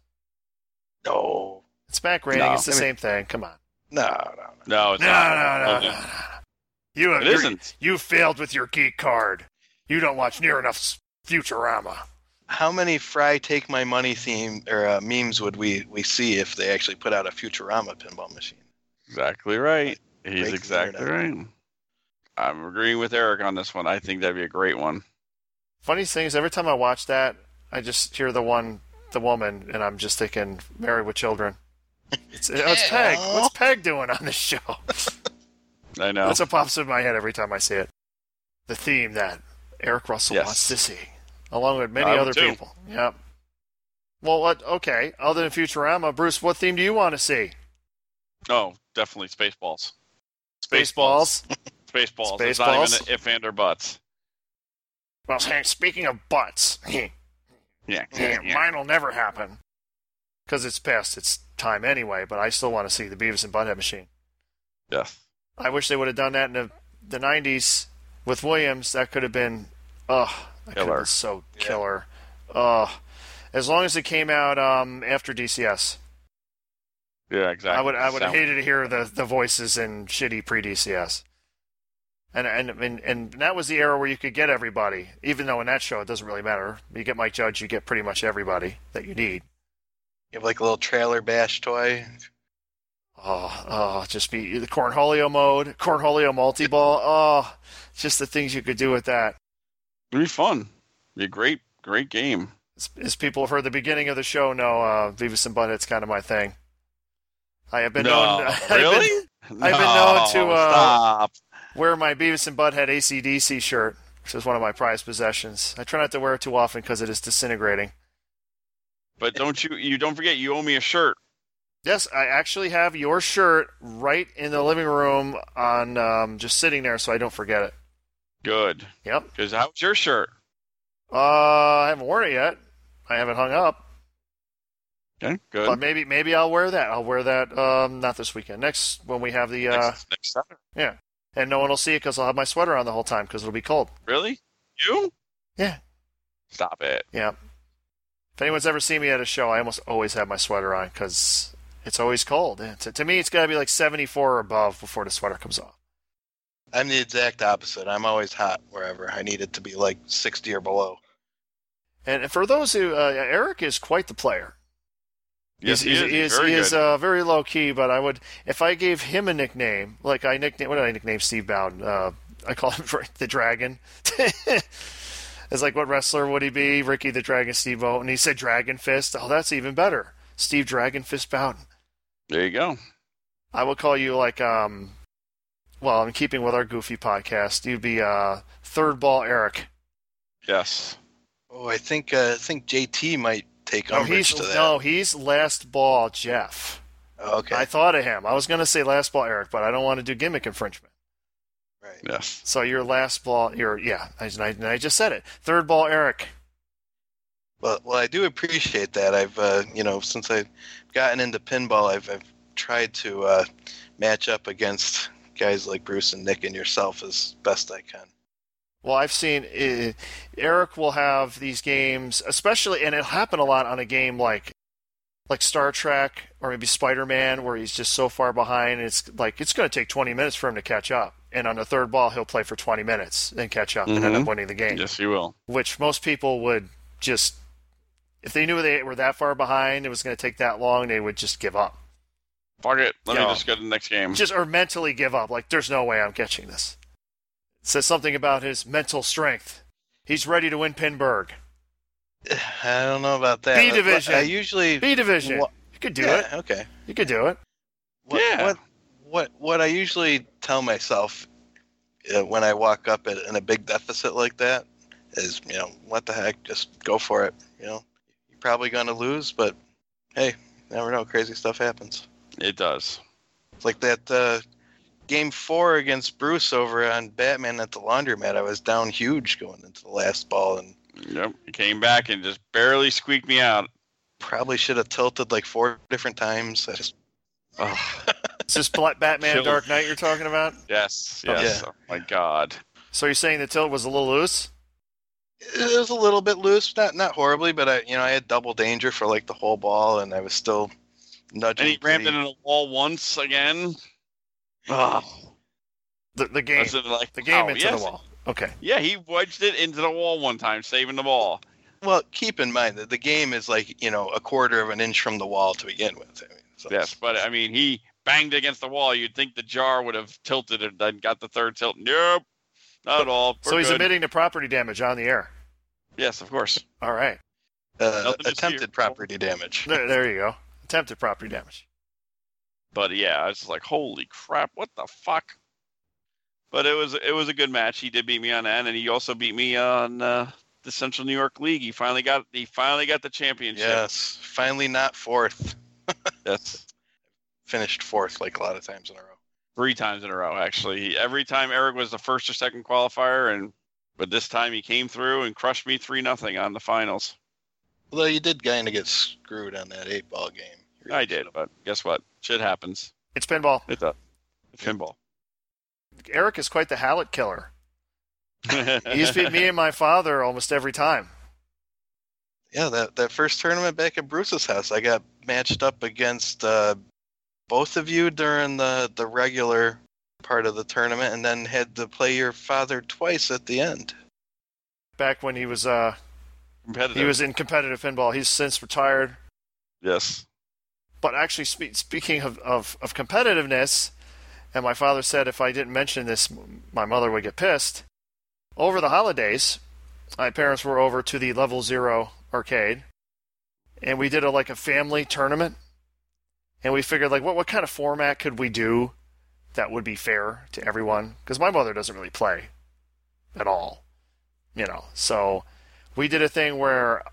Speaker 6: No,
Speaker 4: It's back rating.
Speaker 5: No.
Speaker 4: It's the
Speaker 6: I mean-
Speaker 4: same thing. Come on.
Speaker 6: no, no, no.
Speaker 5: No, it's
Speaker 4: No,
Speaker 5: not.
Speaker 4: no, no, no, no. You have
Speaker 5: It
Speaker 4: you're-
Speaker 5: isn't.
Speaker 4: You failed with your geek card. You don't watch near enough s- Futurama.
Speaker 6: How many Fry Take My Money theme or uh, memes would we we see if they actually put out a Futurama pinball machine?
Speaker 5: Exactly right. He's
Speaker 6: Breaks the
Speaker 5: exactly
Speaker 6: internet.
Speaker 5: right. I'm agreeing with Eric on this one. I think that'd be a great one.
Speaker 4: Funny thing is, every time I watch that, I just hear the one, the woman, and I'm just thinking, married with children. It's, oh, it's Peg.
Speaker 6: Aw.
Speaker 4: What's Peg doing on this show?
Speaker 5: I know.
Speaker 4: That's what pops in my head every time I see it. The theme that Eric Russell
Speaker 5: Yes.
Speaker 4: wants to see, along with many
Speaker 5: I would
Speaker 4: other
Speaker 5: too.
Speaker 4: people. Yep. Well, what? Okay. Other than Futurama, Bruce, what theme do you want to see?
Speaker 5: oh, definitely Spaceballs. Spaceballs. It's
Speaker 4: Spaceballs.
Speaker 5: not even an if and or buts.
Speaker 4: Well, hey, speaking of butts.
Speaker 5: Yeah.
Speaker 4: Yeah,
Speaker 5: yeah.
Speaker 4: mine'll never happen. Because it's past its time anyway, but I still want to see the Beavis and Butthead machine.
Speaker 5: Yes.
Speaker 4: I wish they would have done that in the, the 90s with Williams. That could have been, ugh, that could have
Speaker 5: Killer.
Speaker 4: been so
Speaker 6: Yeah.
Speaker 4: killer. Ugh. As long as it came out um, after DCS,
Speaker 5: Yeah, exactly.
Speaker 4: I would I would have
Speaker 5: Sound-
Speaker 4: hated to hear the, the voices in shitty pre DCS. And, and and and that was the era where you could get everybody. Even though in that show it doesn't really matter. You get Mike Judge, you get pretty much everybody that you need.
Speaker 6: You have like a little trailer bash toy.
Speaker 4: Oh, oh, just be the cornholio mode, cornholio multi ball. Oh, just the things you could do with that.
Speaker 5: It'd be fun. Be a great, great game.
Speaker 4: As, as people have heard the beginning of the show know, uh, Beavis and Butthead's kind of my thing. I have been known.
Speaker 5: no,
Speaker 4: I've been-
Speaker 5: really?
Speaker 4: I've been known to,
Speaker 5: No,
Speaker 4: uh,
Speaker 5: stop.
Speaker 4: wear my Beavis and Butthead ACDC shirt, which is one of my prized possessions. I try not to wear it too often because it is disintegrating.
Speaker 5: But don't you you don't forget you owe me a shirt.
Speaker 4: Yes, I actually have your shirt right in the living room on um, just sitting there so I don't forget it.
Speaker 5: Good.
Speaker 4: Yep.
Speaker 5: Because how's your shirt?
Speaker 4: Uh, I haven't worn it yet. I haven't hung up,
Speaker 5: Okay.
Speaker 4: but
Speaker 5: Good.
Speaker 4: maybe maybe I'll wear that. I'll wear that um, not this weekend. Next when we have the uh,
Speaker 5: next, next Saturday.
Speaker 4: and no one will see it because I'll have my sweater on the whole time because it'll be cold.
Speaker 5: Really? You?
Speaker 4: Yeah.
Speaker 5: Stop it.
Speaker 4: Yeah. If anyone's ever seen me at a show, I almost always have my sweater on because it's always cold. Yeah, To, to me, it's got to be like 74 or above before the sweater comes off.
Speaker 6: I'm the exact opposite. I'm always hot wherever. I need it to be like 60 or below.
Speaker 4: And and for those who, uh, Eric is quite the player.
Speaker 5: Yes, he
Speaker 4: he's,
Speaker 5: is.
Speaker 4: he is,
Speaker 5: very
Speaker 4: he is
Speaker 5: good.
Speaker 4: uh, very low key, but I would, if I gave him a nickname, like I nickname, what did I nickname Steve Bowden? Uh, I call him the Dragon. it's like, what wrestler would he be? Ricky the Dragon Steve Bowden. And he said Dragon Fist. Oh, that's even better. Steve Dragon Fist Bowden.
Speaker 5: there you go.
Speaker 4: I would call you like um well, in keeping with our goofy podcast, you'd be uh third ball Eric.
Speaker 5: Yes.
Speaker 6: Oh, I think uh, I think JT might take
Speaker 4: No,
Speaker 6: umbrage
Speaker 4: Oh, he's
Speaker 6: to that.
Speaker 4: no, he's last ball Jeff.
Speaker 6: Oh, okay,
Speaker 4: I thought of him. I was gonna say last ball Eric, but I don't want to do gimmick infringement.
Speaker 6: right.
Speaker 5: Yes.
Speaker 4: So your last ball, your yeah, I, I- I just said it. Third ball Eric.
Speaker 6: Well, well, I do appreciate that. I've uh, you know since I've gotten into pinball, I've, I've tried to uh, match up against guys like Bruce and Nick and yourself as best I can.
Speaker 4: Well, I've seen uh, Eric will have these games, especially, and it'll happen a lot on a game like like Star Trek or maybe Spider Man, where he's just so far behind. It's like it's going to take 20 minutes for him to catch up, and on the third ball, he'll play for 20 minutes and catch up and end
Speaker 5: Mhm.
Speaker 4: up winning the game.
Speaker 5: Yes, he will.
Speaker 4: Which most people would just, if they knew they were that far behind, it was going to take that long, they would just give up,
Speaker 5: Fuck it. Let
Speaker 4: Yeah.
Speaker 5: me just go to the next game.
Speaker 4: just or mentally give up. Like there's no way I'm catching this. It says something about his mental strength. He's ready to win Pinburg.
Speaker 6: I don't know about that.
Speaker 4: B
Speaker 6: I-
Speaker 4: division.
Speaker 6: I usually
Speaker 4: B division.
Speaker 6: Wha-
Speaker 4: You could do
Speaker 6: yeah,
Speaker 4: it.
Speaker 6: Okay.
Speaker 4: You could do it.
Speaker 6: What,
Speaker 5: Yeah.
Speaker 6: What, what what I usually tell myself uh, when I walk up at, in a big deficit like that is, you know, what the heck, just go for it. You know, you're probably going to lose, but hey, never know. Crazy stuff happens.
Speaker 5: it does.
Speaker 6: It's like that uh, game four against Bruce over on Batman at the laundromat. I was down huge going into the last ball and
Speaker 5: Yep. He came back and just barely squeaked me out.
Speaker 6: probably should have tilted like four different times. I just,
Speaker 4: Is this Bla- Batman
Speaker 5: Chill.
Speaker 4: Dark Knight you're talking about?
Speaker 5: Yes.
Speaker 4: Oh,
Speaker 5: Yes. Oh, my God.
Speaker 4: So you're saying the tilt was a little loose?
Speaker 6: it was a little bit loose, not not horribly, but I you know I had double danger for like the whole ball, and I was still nudging.
Speaker 5: And he rammed it
Speaker 6: pretty-
Speaker 5: in the wall once again. Oh,
Speaker 4: The, the game.
Speaker 5: That's it, like,
Speaker 4: The game
Speaker 5: oh,
Speaker 4: into
Speaker 5: yes.
Speaker 4: the wall. Okay.
Speaker 5: Yeah, he wedged it into the wall one time, saving the ball.
Speaker 6: Well, keep in mind that the game is like you know a quarter of an inch from the wall to begin with. I mean, so
Speaker 5: Yes, but I mean, he banged against the wall. You'd think the jar would have tilted and then got the third tilt. Nope, not at all. We're
Speaker 4: so he's
Speaker 5: good.
Speaker 4: admitting to property damage on the air.
Speaker 5: Yes, of course.
Speaker 4: All right.
Speaker 6: uh,
Speaker 5: Nothing to fear.
Speaker 6: attempted property damage.
Speaker 4: There, there you go. Attempted property damage.
Speaker 5: But yeah, I was like, holy crap, what the fuck? But it was it was a good match. He did beat me on that, and he also beat me on uh, the Central New York League. He finally got he finally got the championship.
Speaker 6: Yes, finally not fourth.
Speaker 5: Yes.
Speaker 6: Finished fourth like a lot of times in a row.
Speaker 5: three times in a row actually He- every time eric was the first or second qualifier and but this time he came through and crushed me three nothing on the finals
Speaker 6: Although you did kind of get screwed on that eight ball game.
Speaker 5: i did but guess what shit happens
Speaker 4: It's pinball.
Speaker 5: it does it's pinball
Speaker 4: Eric is quite the Hallett killer. He's beat me and my father almost every time.
Speaker 6: Yeah, that, that first tournament back at Bruce's house, I got matched up against uh, both of you during the, the regular part of the tournament and then had to play your father twice at the end.
Speaker 4: Back when he was uh
Speaker 5: competitive
Speaker 4: he was in competitive pinball. He's since retired.
Speaker 5: yes
Speaker 4: But actually, spe- speaking of, of, of competitiveness, and my father said if I didn't mention this, m- my mother would get pissed. Over the holidays, my parents were over to the Level Zero arcade, and we did a, like a family tournament. and we figured like what what kind of format could we do that would be fair to everyone because my mother doesn't really play at all you know so we did a thing where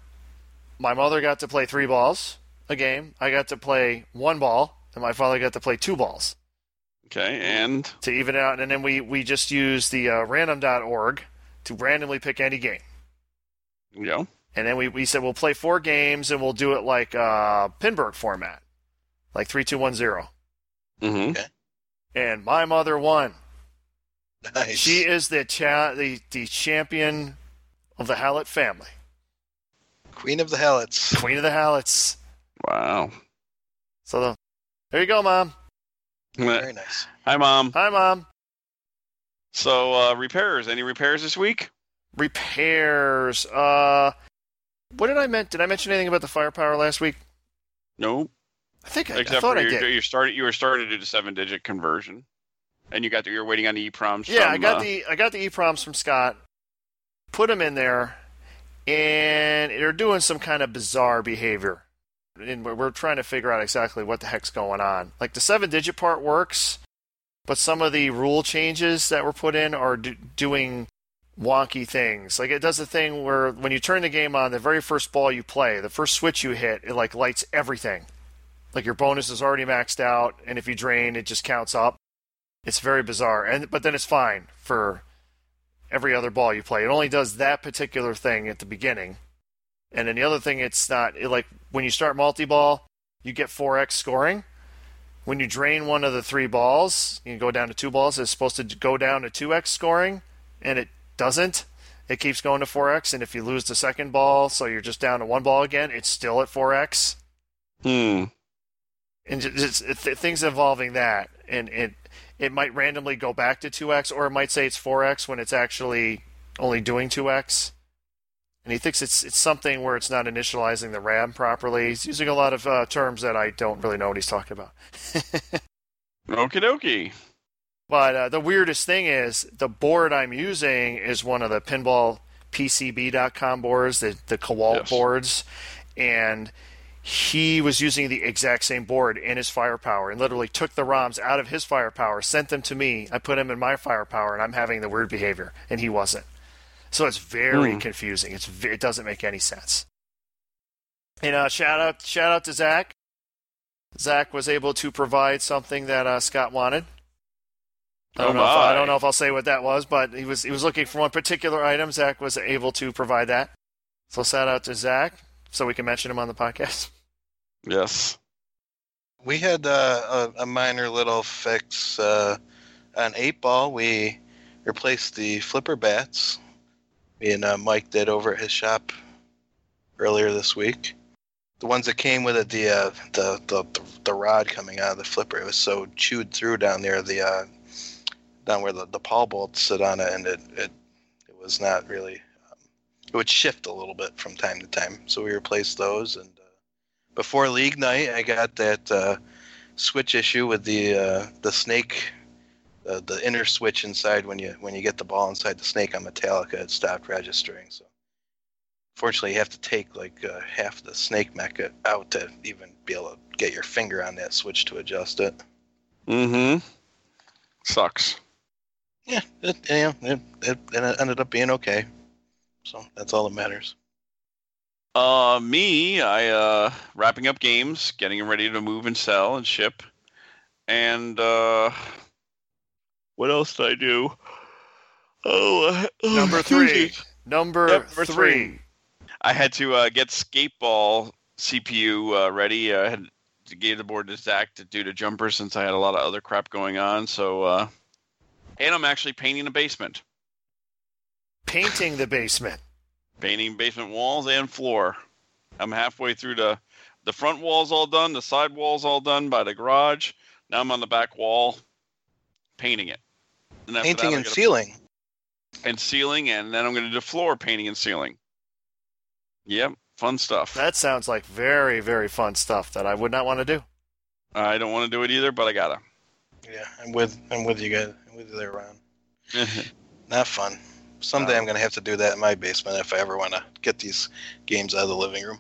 Speaker 4: my mother got to play three balls a game i got to play one ball and my father got to play two balls
Speaker 5: Okay, and
Speaker 4: to even it out and then we we just used the uh, random.org to randomly pick any game
Speaker 5: you know,
Speaker 4: and then we, we said we'll play four games and we'll do it like uh, Pinburg format, like three two one zero.
Speaker 5: mm-hmm.
Speaker 4: And my mother won.
Speaker 6: Nice.
Speaker 4: She is the cha- the the champion of the Hallett family,
Speaker 6: Queen of the Helots.
Speaker 4: queen of the Halletts.
Speaker 5: wow.
Speaker 4: So the, there you go, mom.
Speaker 6: Very nice.
Speaker 5: Hi, mom.
Speaker 4: Hi, mom.
Speaker 5: So uh, repairs? Any repairs this week?
Speaker 4: Repairs. Uh, what did I meant? Did I mention anything about the firepower last week?
Speaker 5: No,
Speaker 4: I think I, I
Speaker 5: except
Speaker 4: thought
Speaker 5: for
Speaker 4: I
Speaker 5: you
Speaker 4: did.
Speaker 5: you started you were starting to do the seven digit conversion, and you got the, you're waiting on the EPROMs.
Speaker 4: Yeah,
Speaker 5: from,
Speaker 4: I got
Speaker 5: uh,
Speaker 4: the I got the EPROMs from Scott. Put them in there, and they're doing some kind of bizarre behavior, and we're, we're trying to figure out exactly what the heck's going on. Like the seven digit part works, but some of the rule changes that were put in are do, doing wonky things. Like it does the thing where when you turn the game on, the very first ball you play, the first switch you hit, it like lights everything. Like your bonus is already maxed out, and if you drain, it just counts up. It's very bizarre, and but then it's fine for every other ball you play. It only does that particular thing at the beginning, and then the other thing it's not it, like when you start multi-ball, you get four x scoring. When you drain one of the three balls, you go down to two balls. It's supposed to go down to two x scoring, and it doesn't. It keeps going to four x, and if you lose the second ball, so you're just down to one ball again, it's still at four x
Speaker 5: hmm.
Speaker 4: and ju- just th- th- things involving that and it it might randomly go back to 2x or it might say it's 4x when it's actually only doing 2x and he thinks it's it's something where it's not initializing the ram properly he's using a lot of uh, terms that i don't really know what he's talking about
Speaker 5: Hmm. Okie dokie.
Speaker 4: but uh, the weirdest thing is the board i'm using is one of the pinball pcb.com boards the, the kowalt
Speaker 5: Yes.
Speaker 4: boards and he was using the exact same board in his firepower and literally took the ROMs out of his firepower, sent them to me. I put them in my firepower, and I'm having the weird behavior, and he wasn't. So it's very
Speaker 5: Hmm.
Speaker 4: confusing. It's ve- it doesn't make any sense. And uh, shout out shout out to Zach. Zach was able to provide something that uh, Scott wanted. I don't,
Speaker 5: Oh
Speaker 4: know if, I
Speaker 5: my.
Speaker 4: don't know if I'll say what that was, but he was he was looking for one particular item. Zach was able to provide that. So shout out to Zach, so we can mention him on the podcast.
Speaker 5: Yes.
Speaker 6: We had uh, a, a minor little fix uh, on eight ball. We replaced the flipper bats. Me and uh, Mike did over at his shop earlier this week. The ones that came with it, the, uh, the the the the rod coming out of the flipper, it was so chewed through down there. The uh, down where the the paw bolts sit on it, and it it, it was not really. Um, it would shift a little bit from time to time, so we replaced those and. Uh, before league night, I got that uh, switch issue with the uh, the snake, uh, the inner switch inside when you when you get the ball inside the snake on Metallica, it stopped registering. So, fortunately, you have to take like uh, half the snake mecha out to even be able to get your finger on that switch to adjust it.
Speaker 5: Mm-hmm. Sucks.
Speaker 6: Yeah, it, yeah, it, it, it ended up being okay. So that's all that matters.
Speaker 5: Uh, me, I uh wrapping up games, getting ready to move and sell and ship, and uh, what else did I do? Oh, uh,
Speaker 4: Number
Speaker 5: excuse
Speaker 4: three.
Speaker 5: me.
Speaker 4: Number, three.
Speaker 5: Number three. I had to uh, get skateball CPU uh, ready. I had to gave the board to Zach to do the jumper since I had a lot of other crap going on. So, uh, and I'm actually painting the basement,
Speaker 4: Painting the basement.
Speaker 5: painting basement walls and floor. I'm halfway through the the front walls all done, the side walls all done by the garage. Now I'm on the back wall, painting it. And after
Speaker 6: Painting
Speaker 5: that, I
Speaker 6: and
Speaker 5: gotta-
Speaker 6: ceiling.
Speaker 5: and ceiling, and then I'm going to do floor painting and ceiling. Yep, fun stuff.
Speaker 4: That sounds like very, very fun stuff that I would not want to do.
Speaker 5: I don't want to do it either, but I gotta.
Speaker 6: Yeah, I'm with I'm with you guys. I'm with you there, Ron. Not fun. Someday I'm going to have to do that in my basement if I ever want to get these games out of the living room.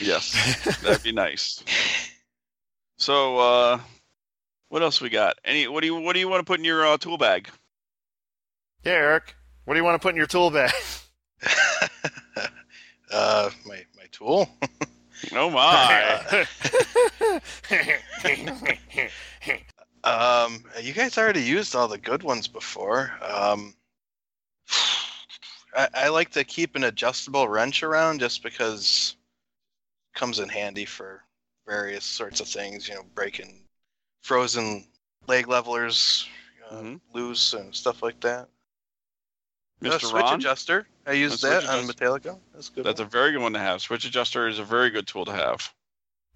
Speaker 5: yes, that'd be nice. So, uh, what else we got? Any? What do you What do you want to put in your uh, tool bag?
Speaker 4: Yeah, Eric, what do you want to put in your tool bag?
Speaker 6: uh, my my tool.
Speaker 5: Oh my!
Speaker 6: Um, you guys already used all the good ones before. Um, I, I like to keep an adjustable wrench around just because it comes in handy for various sorts of things. You know, breaking frozen leg levelers uh,
Speaker 5: Mhm.
Speaker 6: loose and stuff like that. A
Speaker 5: Mr.
Speaker 6: switch
Speaker 5: Ron,
Speaker 6: adjuster. I used
Speaker 5: switch
Speaker 6: that on Metallica. That's a good.
Speaker 5: that's a
Speaker 6: one.
Speaker 5: very good one to have. Switch adjuster is a very good tool to have.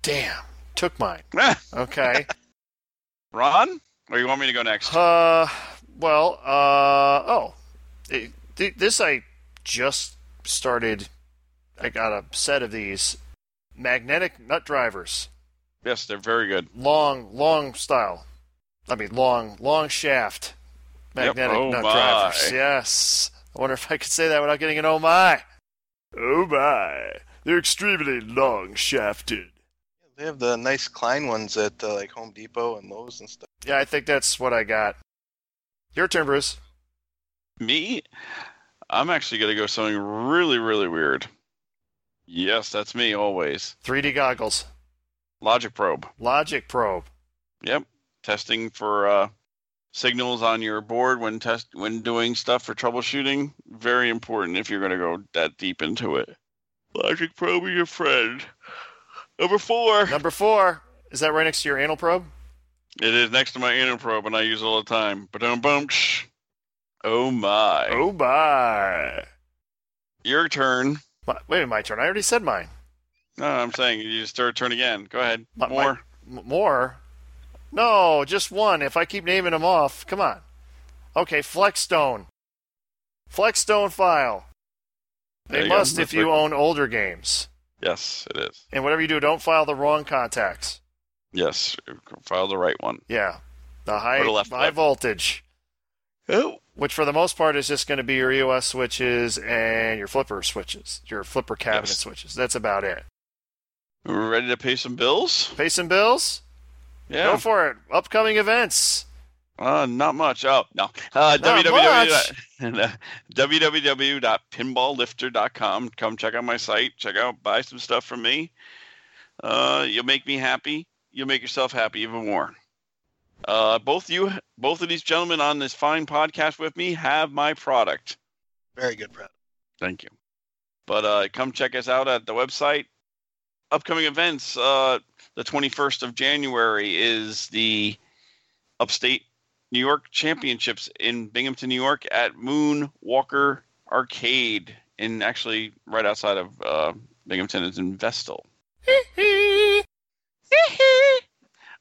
Speaker 4: Damn, took mine.
Speaker 5: Eh,
Speaker 4: Okay.
Speaker 5: Ron, or you want me to go next?
Speaker 4: Uh, well, uh, oh, It- th- this I just started. I got a set of these magnetic nut drivers,
Speaker 5: Yes, they're very good.
Speaker 4: long, long style. I mean, long, long shaft
Speaker 5: Yep.
Speaker 4: magnetic
Speaker 5: Oh
Speaker 4: nut
Speaker 5: my.
Speaker 4: drivers. Yes. I wonder if I could say that without getting an oh my. Oh my! They're extremely long shafted.
Speaker 6: They have the nice Klein ones at uh, like Home Depot and Lowe's and stuff.
Speaker 4: Yeah, I think that's what I got. Your turn, Bruce.
Speaker 5: Me, I'm actually gonna go something really, really weird. Yes, that's me always.
Speaker 4: 3D goggles,
Speaker 5: Logic probe.
Speaker 4: logic probe.
Speaker 5: Yep. Testing for uh, signals on your board when test when doing stuff for troubleshooting. Very important if you're going to go that deep into it. Logic probe is your friend. Number four.
Speaker 4: Number four. Is that right next to your anal probe?
Speaker 5: It is next to my inner probe, and I use it all the time. But don't bumps. Oh my!
Speaker 4: Oh my.
Speaker 5: Your turn.
Speaker 4: my. Wait, my turn. I already said mine.
Speaker 5: No, I'm saying you just start turn again. Go ahead.
Speaker 4: My- my-
Speaker 5: More.
Speaker 4: M- more? No, just one. If I keep naming them off, come on. Okay, Flexstone. Flexstone file.
Speaker 5: There
Speaker 4: They
Speaker 5: you go.
Speaker 4: must
Speaker 5: That's
Speaker 4: if you
Speaker 5: right.
Speaker 4: own older games.
Speaker 5: Yes, it is.
Speaker 4: And whatever you do, don't file the wrong contacts.
Speaker 5: Yes, file the right one.
Speaker 4: Yeah. The high,
Speaker 5: Or the left
Speaker 4: high
Speaker 5: one.
Speaker 4: voltage,
Speaker 5: Oh.
Speaker 4: which for the most part is just going to be your EOS switches and your flipper switches, your flipper cabinet
Speaker 5: Yes.
Speaker 4: switches. That's about it.
Speaker 5: Ready to pay some bills?
Speaker 4: Pay some bills?
Speaker 5: Yeah.
Speaker 4: Go for it. Upcoming events.
Speaker 5: Uh, not much. Oh, no. Uh,
Speaker 4: Not
Speaker 5: www. www.pinballlifter.com. Come check out my site. Check out, buy some stuff from me. Uh, you'll make me happy. You'll make yourself happy even more. Uh, both you, both of these gentlemen on this fine podcast with me have my product.
Speaker 6: Very good product.
Speaker 5: Thank you. But uh, come check us out at the website. Upcoming events. Uh, the 21st of January is the Upstate New York Championships in Binghamton, New York at Moonwalker Arcade. In actually, right outside of uh, Binghamton is in Vestal.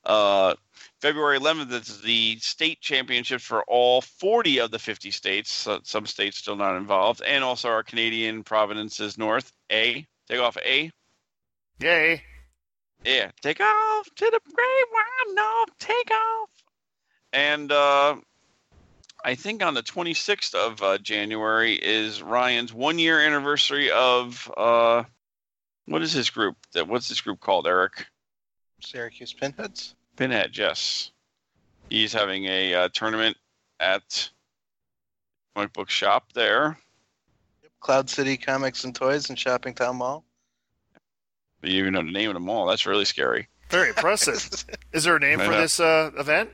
Speaker 5: uh, February 11th is the state championships for all 40 of the 50 states. So some states still not involved, and also our Canadian provinces north. A take off A.
Speaker 4: Yay.
Speaker 5: Yeah, take off to the great wide north. Take off. And uh, I think on the 26th of uh, January is Ryan's one year anniversary of uh, what is his group? That what's this group called, Eric?
Speaker 6: Syracuse Pinheads.
Speaker 5: Pinhead, yes. He's having a uh, tournament at comic book shop there.
Speaker 6: Cloud City Comics and Toys in Shopping Town Mall.
Speaker 5: But you even know the name of them all. That's really scary.
Speaker 4: Very impressive. Is there a name for
Speaker 5: Yeah.
Speaker 4: this uh, event?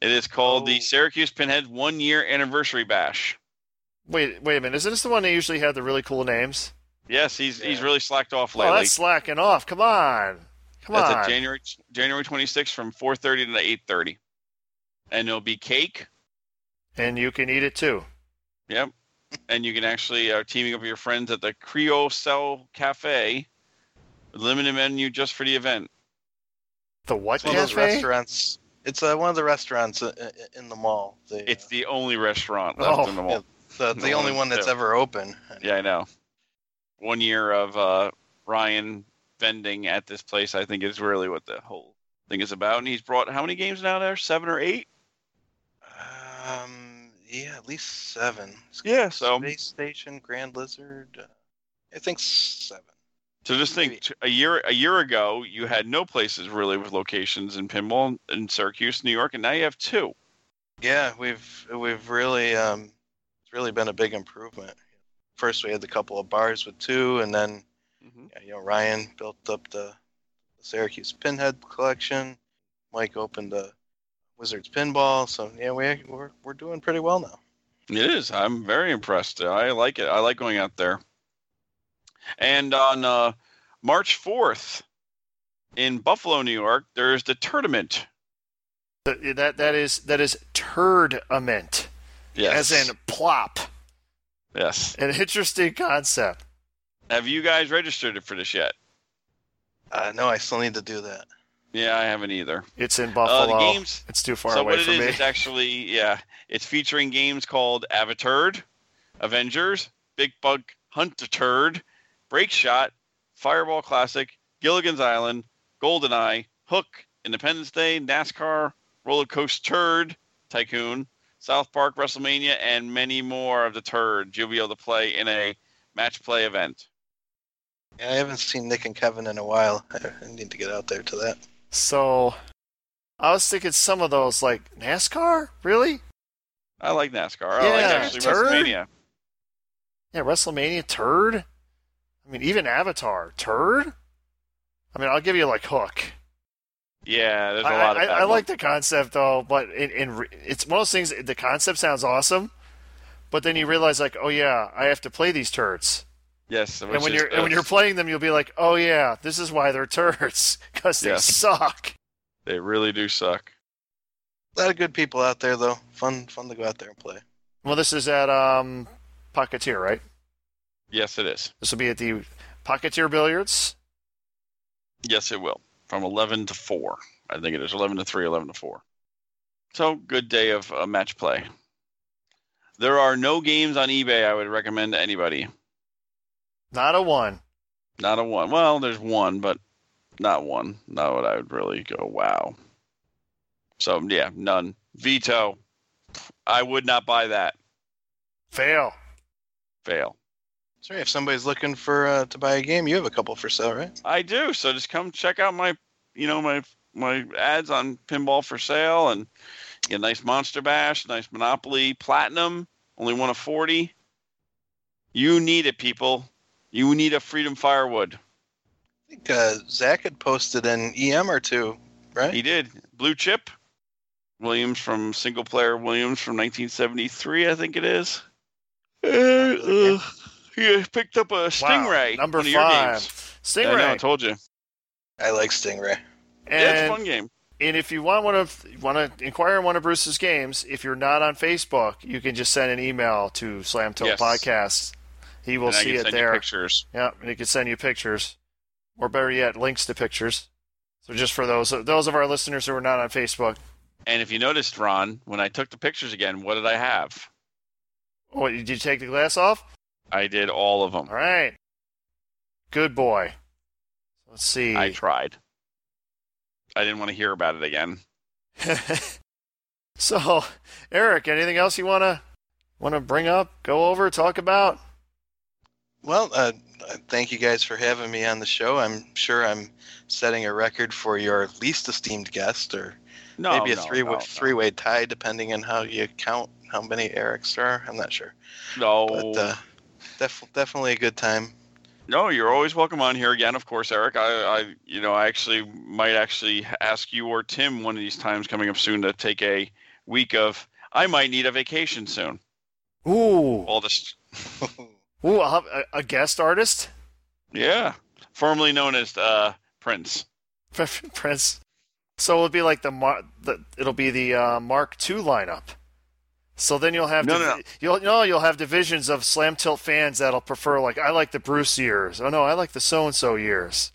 Speaker 5: It is called
Speaker 6: Oh.
Speaker 5: the Syracuse Pinhead One Year Anniversary Bash.
Speaker 4: Wait, wait a minute. Isn't this the one that usually had the really cool names?
Speaker 5: Yes, he's he's
Speaker 6: Yeah.
Speaker 5: really slacked off
Speaker 4: Oh,
Speaker 5: lately.
Speaker 4: that's slacking off. Come on. Come
Speaker 5: That's
Speaker 4: on.
Speaker 5: at January January 26th from 4:30 to 8:30, and there'll be cake.
Speaker 4: and you can eat it too.
Speaker 5: Yep, and you can actually uh, teaming up with your friends at the Creole Cell Cafe, limited menu just for the event.
Speaker 4: The what
Speaker 6: It's one of those
Speaker 4: cafe?
Speaker 6: restaurants. It's uh, one of the restaurants uh, uh, in the mall. They, uh,
Speaker 5: It's the only restaurant left
Speaker 4: Oh,
Speaker 5: in the mall.
Speaker 6: the, the
Speaker 5: no
Speaker 6: only
Speaker 5: one
Speaker 6: one that's
Speaker 5: there.
Speaker 6: ever open.
Speaker 5: Yeah, I know. One year of uh, Ryan vending at this place, I think, is really what the whole thing is about. And he's brought how many games now there? Seven or eight?
Speaker 6: Um, yeah, at least seven. It's
Speaker 5: Yeah, so-
Speaker 6: Space Station, Grand Lizard. Uh, I think seven.
Speaker 5: So just think, t- a year a year ago, you had no places really with locations in pinball in Syracuse, New York, and now you have two.
Speaker 6: Yeah, we've we've really um, it's really been a big improvement. First, we had the couple of bars with two, and then
Speaker 4: Mm-hmm.
Speaker 5: Mhm.
Speaker 6: you know Ryan built up the Syracuse Pinhead collection. Mike opened the Wizards Pinball, so yeah, we we're we're doing pretty well now.
Speaker 5: It is. I'm very impressed. I like it. I like going out there. And on uh, March 4th in Buffalo, New York, there's the tournament.
Speaker 4: Th- That that is that is turdament,
Speaker 5: Yes.
Speaker 4: as in plop.
Speaker 5: yes.
Speaker 4: An interesting concept.
Speaker 5: Have you guys registered for this yet?
Speaker 6: Uh, no, I still need to do that.
Speaker 5: Yeah, I haven't either.
Speaker 4: It's in Buffalo.
Speaker 5: Uh, games-
Speaker 4: It's too Uh, far
Speaker 5: so
Speaker 4: away
Speaker 5: what it is,
Speaker 4: from me.
Speaker 5: it's actually yeah, it's featuring games called Avaturd, Avengers, Big Bug Hunter Turd, Break Shot, Fireball Classic, Gilligan's Island, GoldenEye, Hook, Independence Day, NASCAR, Roller Coaster Turd, Tycoon, South Park, WrestleMania, and many more of the turds you'll be able to play in a match play event.
Speaker 6: Yeah, I haven't seen Nick and Kevin in a while. I I need to get out there to that.
Speaker 4: So I was thinking some of those like NASCAR, really?
Speaker 5: I like NASCAR. I like
Speaker 4: Yeah,
Speaker 5: actually
Speaker 4: turd.
Speaker 5: WrestleMania.
Speaker 4: Yeah, WrestleMania turd. I mean, even Avatar turd. I mean, I'll give you like Hook.
Speaker 5: Yeah, there's a
Speaker 4: I,
Speaker 5: lot of
Speaker 4: I,
Speaker 5: that
Speaker 4: I
Speaker 5: one.
Speaker 4: like the concept though, but in, in re- it's one of those things. The concept sounds awesome, but then you realize like, oh yeah, I have to play these turds.
Speaker 5: yes,
Speaker 4: and
Speaker 5: which
Speaker 4: when
Speaker 5: is-
Speaker 4: you're and when you're playing them, you'll be like, oh yeah, this is why they're turds because they
Speaker 5: Yes.
Speaker 4: suck.
Speaker 5: they really do suck.
Speaker 6: A lot of good people out there though. Fun fun to go out there and play.
Speaker 4: Well, this is at um, Pocketeer, right?
Speaker 5: Yes, it is.
Speaker 4: This will be at the Pocketeer Billiards.
Speaker 5: Yes, it will. From 11 to 4. I think it is 11 to 3, 11 to 4. So, good day of uh, match play. There are no games on eBay I would recommend to anybody.
Speaker 4: Not a one.
Speaker 5: Not a one. Well, there's one, but not one. Not what I would really go, wow. So, yeah, none. Veto. I would not buy that.
Speaker 4: Fail.
Speaker 5: Fail.
Speaker 6: Sorry, if somebody's looking for uh, to buy a game, you have a couple for sale, right?
Speaker 5: I do. So just come check out my, you know, my my ads on Pinball for Sale and get a nice Monster Bash, nice Monopoly Platinum, only one of forty. You need it, people. You need a Freedom Firewood.
Speaker 6: I think uh, Zach had posted an EM or two, right?
Speaker 5: He did blue chip. Williams from single player Williams from 1973, I think it is. Uh, uh, he picked up a Stingray.
Speaker 4: Wow. Number
Speaker 5: one of your
Speaker 4: five.
Speaker 5: games. I know, I
Speaker 4: Stingray.
Speaker 5: told you.
Speaker 6: I like Stingray.
Speaker 5: yeah, it's a
Speaker 4: and,
Speaker 5: fun game.
Speaker 4: and if you want one of want to inquire on one of Bruce's games, if you're not on Facebook, you can just send an email to Slam Tilt
Speaker 5: Yes.
Speaker 4: Podcast. He will
Speaker 5: and I
Speaker 4: see
Speaker 5: can
Speaker 4: it
Speaker 5: send you
Speaker 4: there.
Speaker 5: pictures.
Speaker 4: Yeah, and he can send you pictures, or better yet, links to pictures. So just for those those of our listeners who are not on Facebook,
Speaker 5: And if you noticed, Ron, when I took the pictures again, what did I have?
Speaker 4: oh, did you take the glass off?
Speaker 5: I did all of them.
Speaker 4: All right, good boy. Let's see.
Speaker 5: I tried. I didn't want to hear about it again.
Speaker 4: so, Eric, anything else you wanna wanna bring up, go over, talk about?
Speaker 6: Well, uh, uh, thank you guys for having me on the show. I'm sure I'm setting a record for your least esteemed guest, or
Speaker 5: No,
Speaker 6: maybe a
Speaker 5: no,
Speaker 6: three
Speaker 5: no, no.
Speaker 6: three way tie, depending on how you count how many Erics there are. I'm not sure,
Speaker 5: No,
Speaker 6: but uh, def- definitely a good time.
Speaker 5: no, you're always welcome on here again, of course, Eric. I, I, you know, I actually might actually ask you or Tim one of these times coming up soon to take a week of. I might need a vacation soon.
Speaker 4: Ooh,
Speaker 5: All this,
Speaker 4: ooh, I'll have a, a guest artist,
Speaker 5: yeah, formerly known as uh, Prince.
Speaker 4: Prince. So it'll be like the, Mar- the it'll be the uh, Mark II lineup. So then you'll have
Speaker 5: No, no, no.
Speaker 4: you'll no you'll have divisions of Slam Tilt fans that'll prefer like I like the Bruce years. Oh no, I like the so and so years.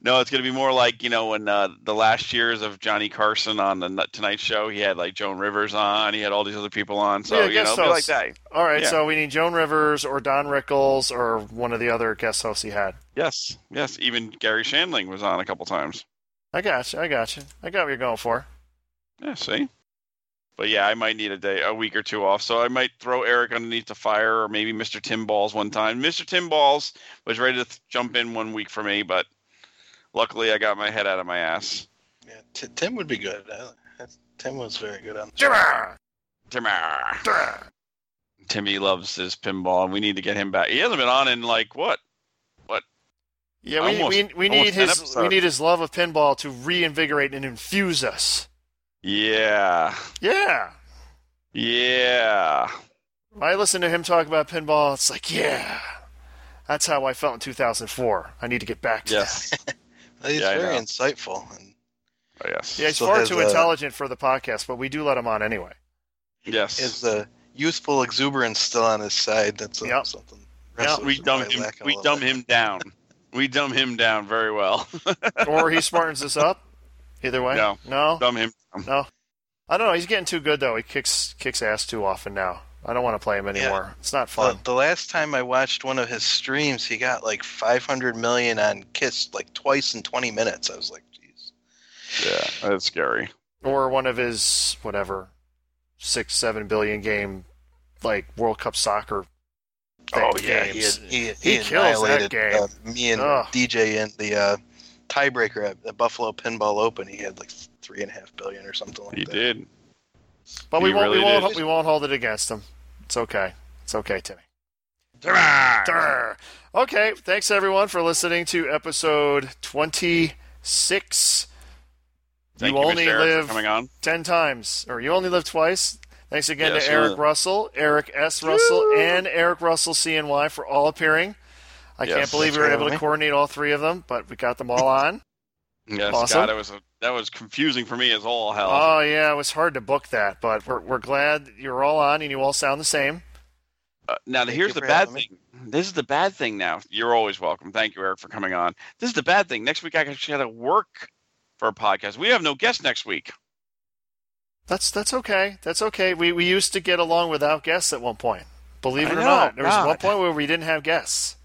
Speaker 5: No, it's going to be more like you know when uh, the last years of Johnny Carson on the N- Tonight Show, he had like Joan Rivers on, he had all these other people on, so
Speaker 4: Yeah,
Speaker 5: you know,
Speaker 4: guest
Speaker 5: it'll be like
Speaker 4: hosts.
Speaker 5: that.
Speaker 4: All right,
Speaker 5: Yeah.
Speaker 4: so we need Joan Rivers or Don Rickles or one of the other guest hosts he had.
Speaker 5: Yes, yes. Even Gary Shandling was on a couple times.
Speaker 4: I got you. I got you. I got what you're going for.
Speaker 5: Yeah, see. But yeah, I might need a day, a week or two off. So I might throw Eric underneath the fire, or maybe Mr. Tim Balls one time. Mr. Tim Balls was ready to th- jump in one week for me, but luckily I got my head out of my ass.
Speaker 6: Yeah, T- Tim would be good. I, that's- Tim was very good on.
Speaker 5: Timmy. Timmy loves his pinball, and we need to get him back. He hasn't been on in like what?
Speaker 4: Yeah, we,
Speaker 5: Almost-
Speaker 4: we, we
Speaker 5: almost
Speaker 4: need
Speaker 5: 10
Speaker 4: his we
Speaker 5: episodes.
Speaker 4: need his love of pinball to reinvigorate and infuse us.
Speaker 5: Yeah,
Speaker 4: Yeah.
Speaker 5: yeah.
Speaker 4: When I listen to him talk about pinball, it's like, yeah. That's how I felt in 2004. I need to get back to
Speaker 5: Yes.
Speaker 6: He's
Speaker 5: Yeah, I
Speaker 6: very
Speaker 5: know.
Speaker 6: insightful. And
Speaker 5: Oh, yes.
Speaker 4: that. Yeah, he's
Speaker 6: So
Speaker 4: far
Speaker 6: has,
Speaker 4: too
Speaker 6: uh,
Speaker 4: intelligent for the podcast, but we do let him on anyway.
Speaker 5: Yes.
Speaker 6: is the youthful exuberance still on his side? That's uh,
Speaker 4: Yep. Yep.
Speaker 6: something.
Speaker 5: we
Speaker 6: wrestlers
Speaker 5: dumb
Speaker 6: might
Speaker 5: him.
Speaker 6: lack a
Speaker 5: We
Speaker 6: little
Speaker 5: dumb
Speaker 6: bit.
Speaker 5: him down. we dumb him down very well.
Speaker 4: Or he smartens us up. Either way.
Speaker 5: No.
Speaker 4: No.
Speaker 5: dumb him. Down.
Speaker 4: I don't know. He's getting too good though. He kicks kicks ass too often now. I don't want to play him anymore. It's not fun.
Speaker 6: The, the last time I watched one of his streams, he got like 500 million on Kiss, like twice in 20 minutes. I was like, jeez.
Speaker 5: Yeah, that's scary.
Speaker 4: or one of his whatever six seven billion game like World Cup soccer.
Speaker 5: Oh,
Speaker 4: thing-
Speaker 6: Oh, he
Speaker 4: games.
Speaker 6: he, he,
Speaker 4: He kills that
Speaker 6: annihilated
Speaker 4: game.
Speaker 6: Uh, me and
Speaker 4: Ugh.
Speaker 6: DJ in the uh, tiebreaker at the Buffalo Pinball Open. He had like three and a half billion or something like
Speaker 5: He
Speaker 6: that.
Speaker 5: did.
Speaker 4: but we
Speaker 5: he
Speaker 4: won't we
Speaker 5: really
Speaker 4: won't
Speaker 5: did.
Speaker 4: we won't hold it against him. It's okay. It's okay, Timmy. Durr. Okay, thanks everyone for listening to episode twenty six.
Speaker 5: Thank
Speaker 4: you
Speaker 5: you,
Speaker 4: only
Speaker 5: Mr. Eric, for
Speaker 4: live
Speaker 5: coming on.
Speaker 4: ten times, or you only live twice. Thanks again
Speaker 5: Yes,
Speaker 4: to Eric
Speaker 5: sir.
Speaker 4: Russell, Eric S. Russell, and Eric Russell CNY for all appearing. I
Speaker 5: Yes,
Speaker 4: can't believe
Speaker 6: that's
Speaker 4: we were
Speaker 6: right,
Speaker 4: able to
Speaker 6: homie.
Speaker 4: coordinate all three of them, but we got them all on.
Speaker 5: Yes,
Speaker 4: Awesome.
Speaker 5: God, that was a, that was confusing for me as all hell.
Speaker 4: oh yeah, it was hard to book that, but we're we're glad you're all on and you all sound the same.
Speaker 5: Uh, now
Speaker 6: Thank
Speaker 5: here's
Speaker 6: you
Speaker 5: the
Speaker 6: for
Speaker 5: bad
Speaker 6: having me.
Speaker 5: thing. This is the bad thing. Now you're always welcome. Thank you, Eric, for coming on. This is the bad thing. Next week I actually got to work for a podcast. We have no guest next week.
Speaker 4: That's that's okay. That's okay. We we used to get along without guests at one point. Believe
Speaker 5: I
Speaker 4: it or
Speaker 5: know,
Speaker 4: not, there was
Speaker 5: God.
Speaker 4: one point where we didn't have guests.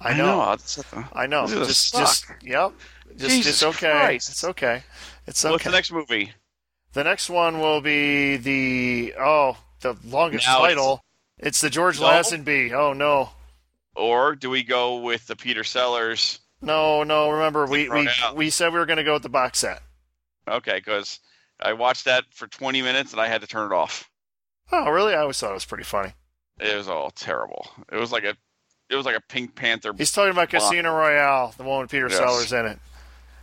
Speaker 4: I know.
Speaker 5: It's-
Speaker 4: I know.
Speaker 5: This is Oh, a
Speaker 4: Just
Speaker 5: suck.
Speaker 4: just yep. Just it's
Speaker 5: Jesus
Speaker 4: okay.
Speaker 5: Christ.
Speaker 4: It's okay. It's okay.
Speaker 5: What's the next movie?
Speaker 4: The next one will be the oh the longest
Speaker 5: Now it's-
Speaker 4: title. It's, the George
Speaker 5: No.
Speaker 4: Lazenby. Oh no,
Speaker 5: Or do we go with the Peter Sellers?
Speaker 4: no, no! Remember we
Speaker 5: thrown
Speaker 4: we,
Speaker 5: it out.
Speaker 4: we said we were going to go with the box set.
Speaker 5: Okay, because I watched that for 20 minutes and I had to turn it off.
Speaker 4: Oh really? I always thought it was pretty funny.
Speaker 5: It was all terrible. It was like a it was like a Pink Panther.
Speaker 4: He's talking about Casino Royale, the one with Peter
Speaker 5: Yes.
Speaker 4: Sellers in it.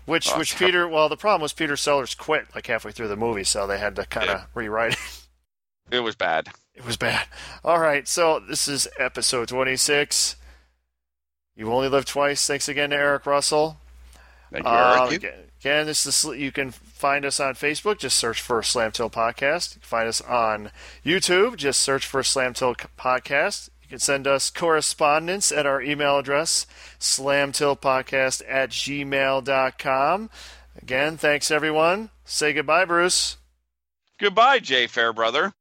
Speaker 4: Which
Speaker 5: Oh,
Speaker 4: which
Speaker 5: terrible.
Speaker 4: Peter? Well, the problem was Peter Sellers quit like halfway through the movie, so they had to kind of
Speaker 5: Yeah.
Speaker 4: rewrite it.
Speaker 5: It was bad.
Speaker 4: It was bad. All right, so this is episode 26. You only live twice. Thanks again to Eric Russell.
Speaker 5: Thank you, Eric.
Speaker 4: Uh,
Speaker 6: Eric.
Speaker 4: again, again, this is you can find us on Facebook. Just search for Slam Till Podcast. You can find us on YouTube. Just search for Slam Till C- Podcast. You can send us correspondence at our email address, slamtillpodcast at gmail.com. Again, thanks everyone. Say goodbye, Bruce.
Speaker 5: Goodbye, Jay Fairbrother.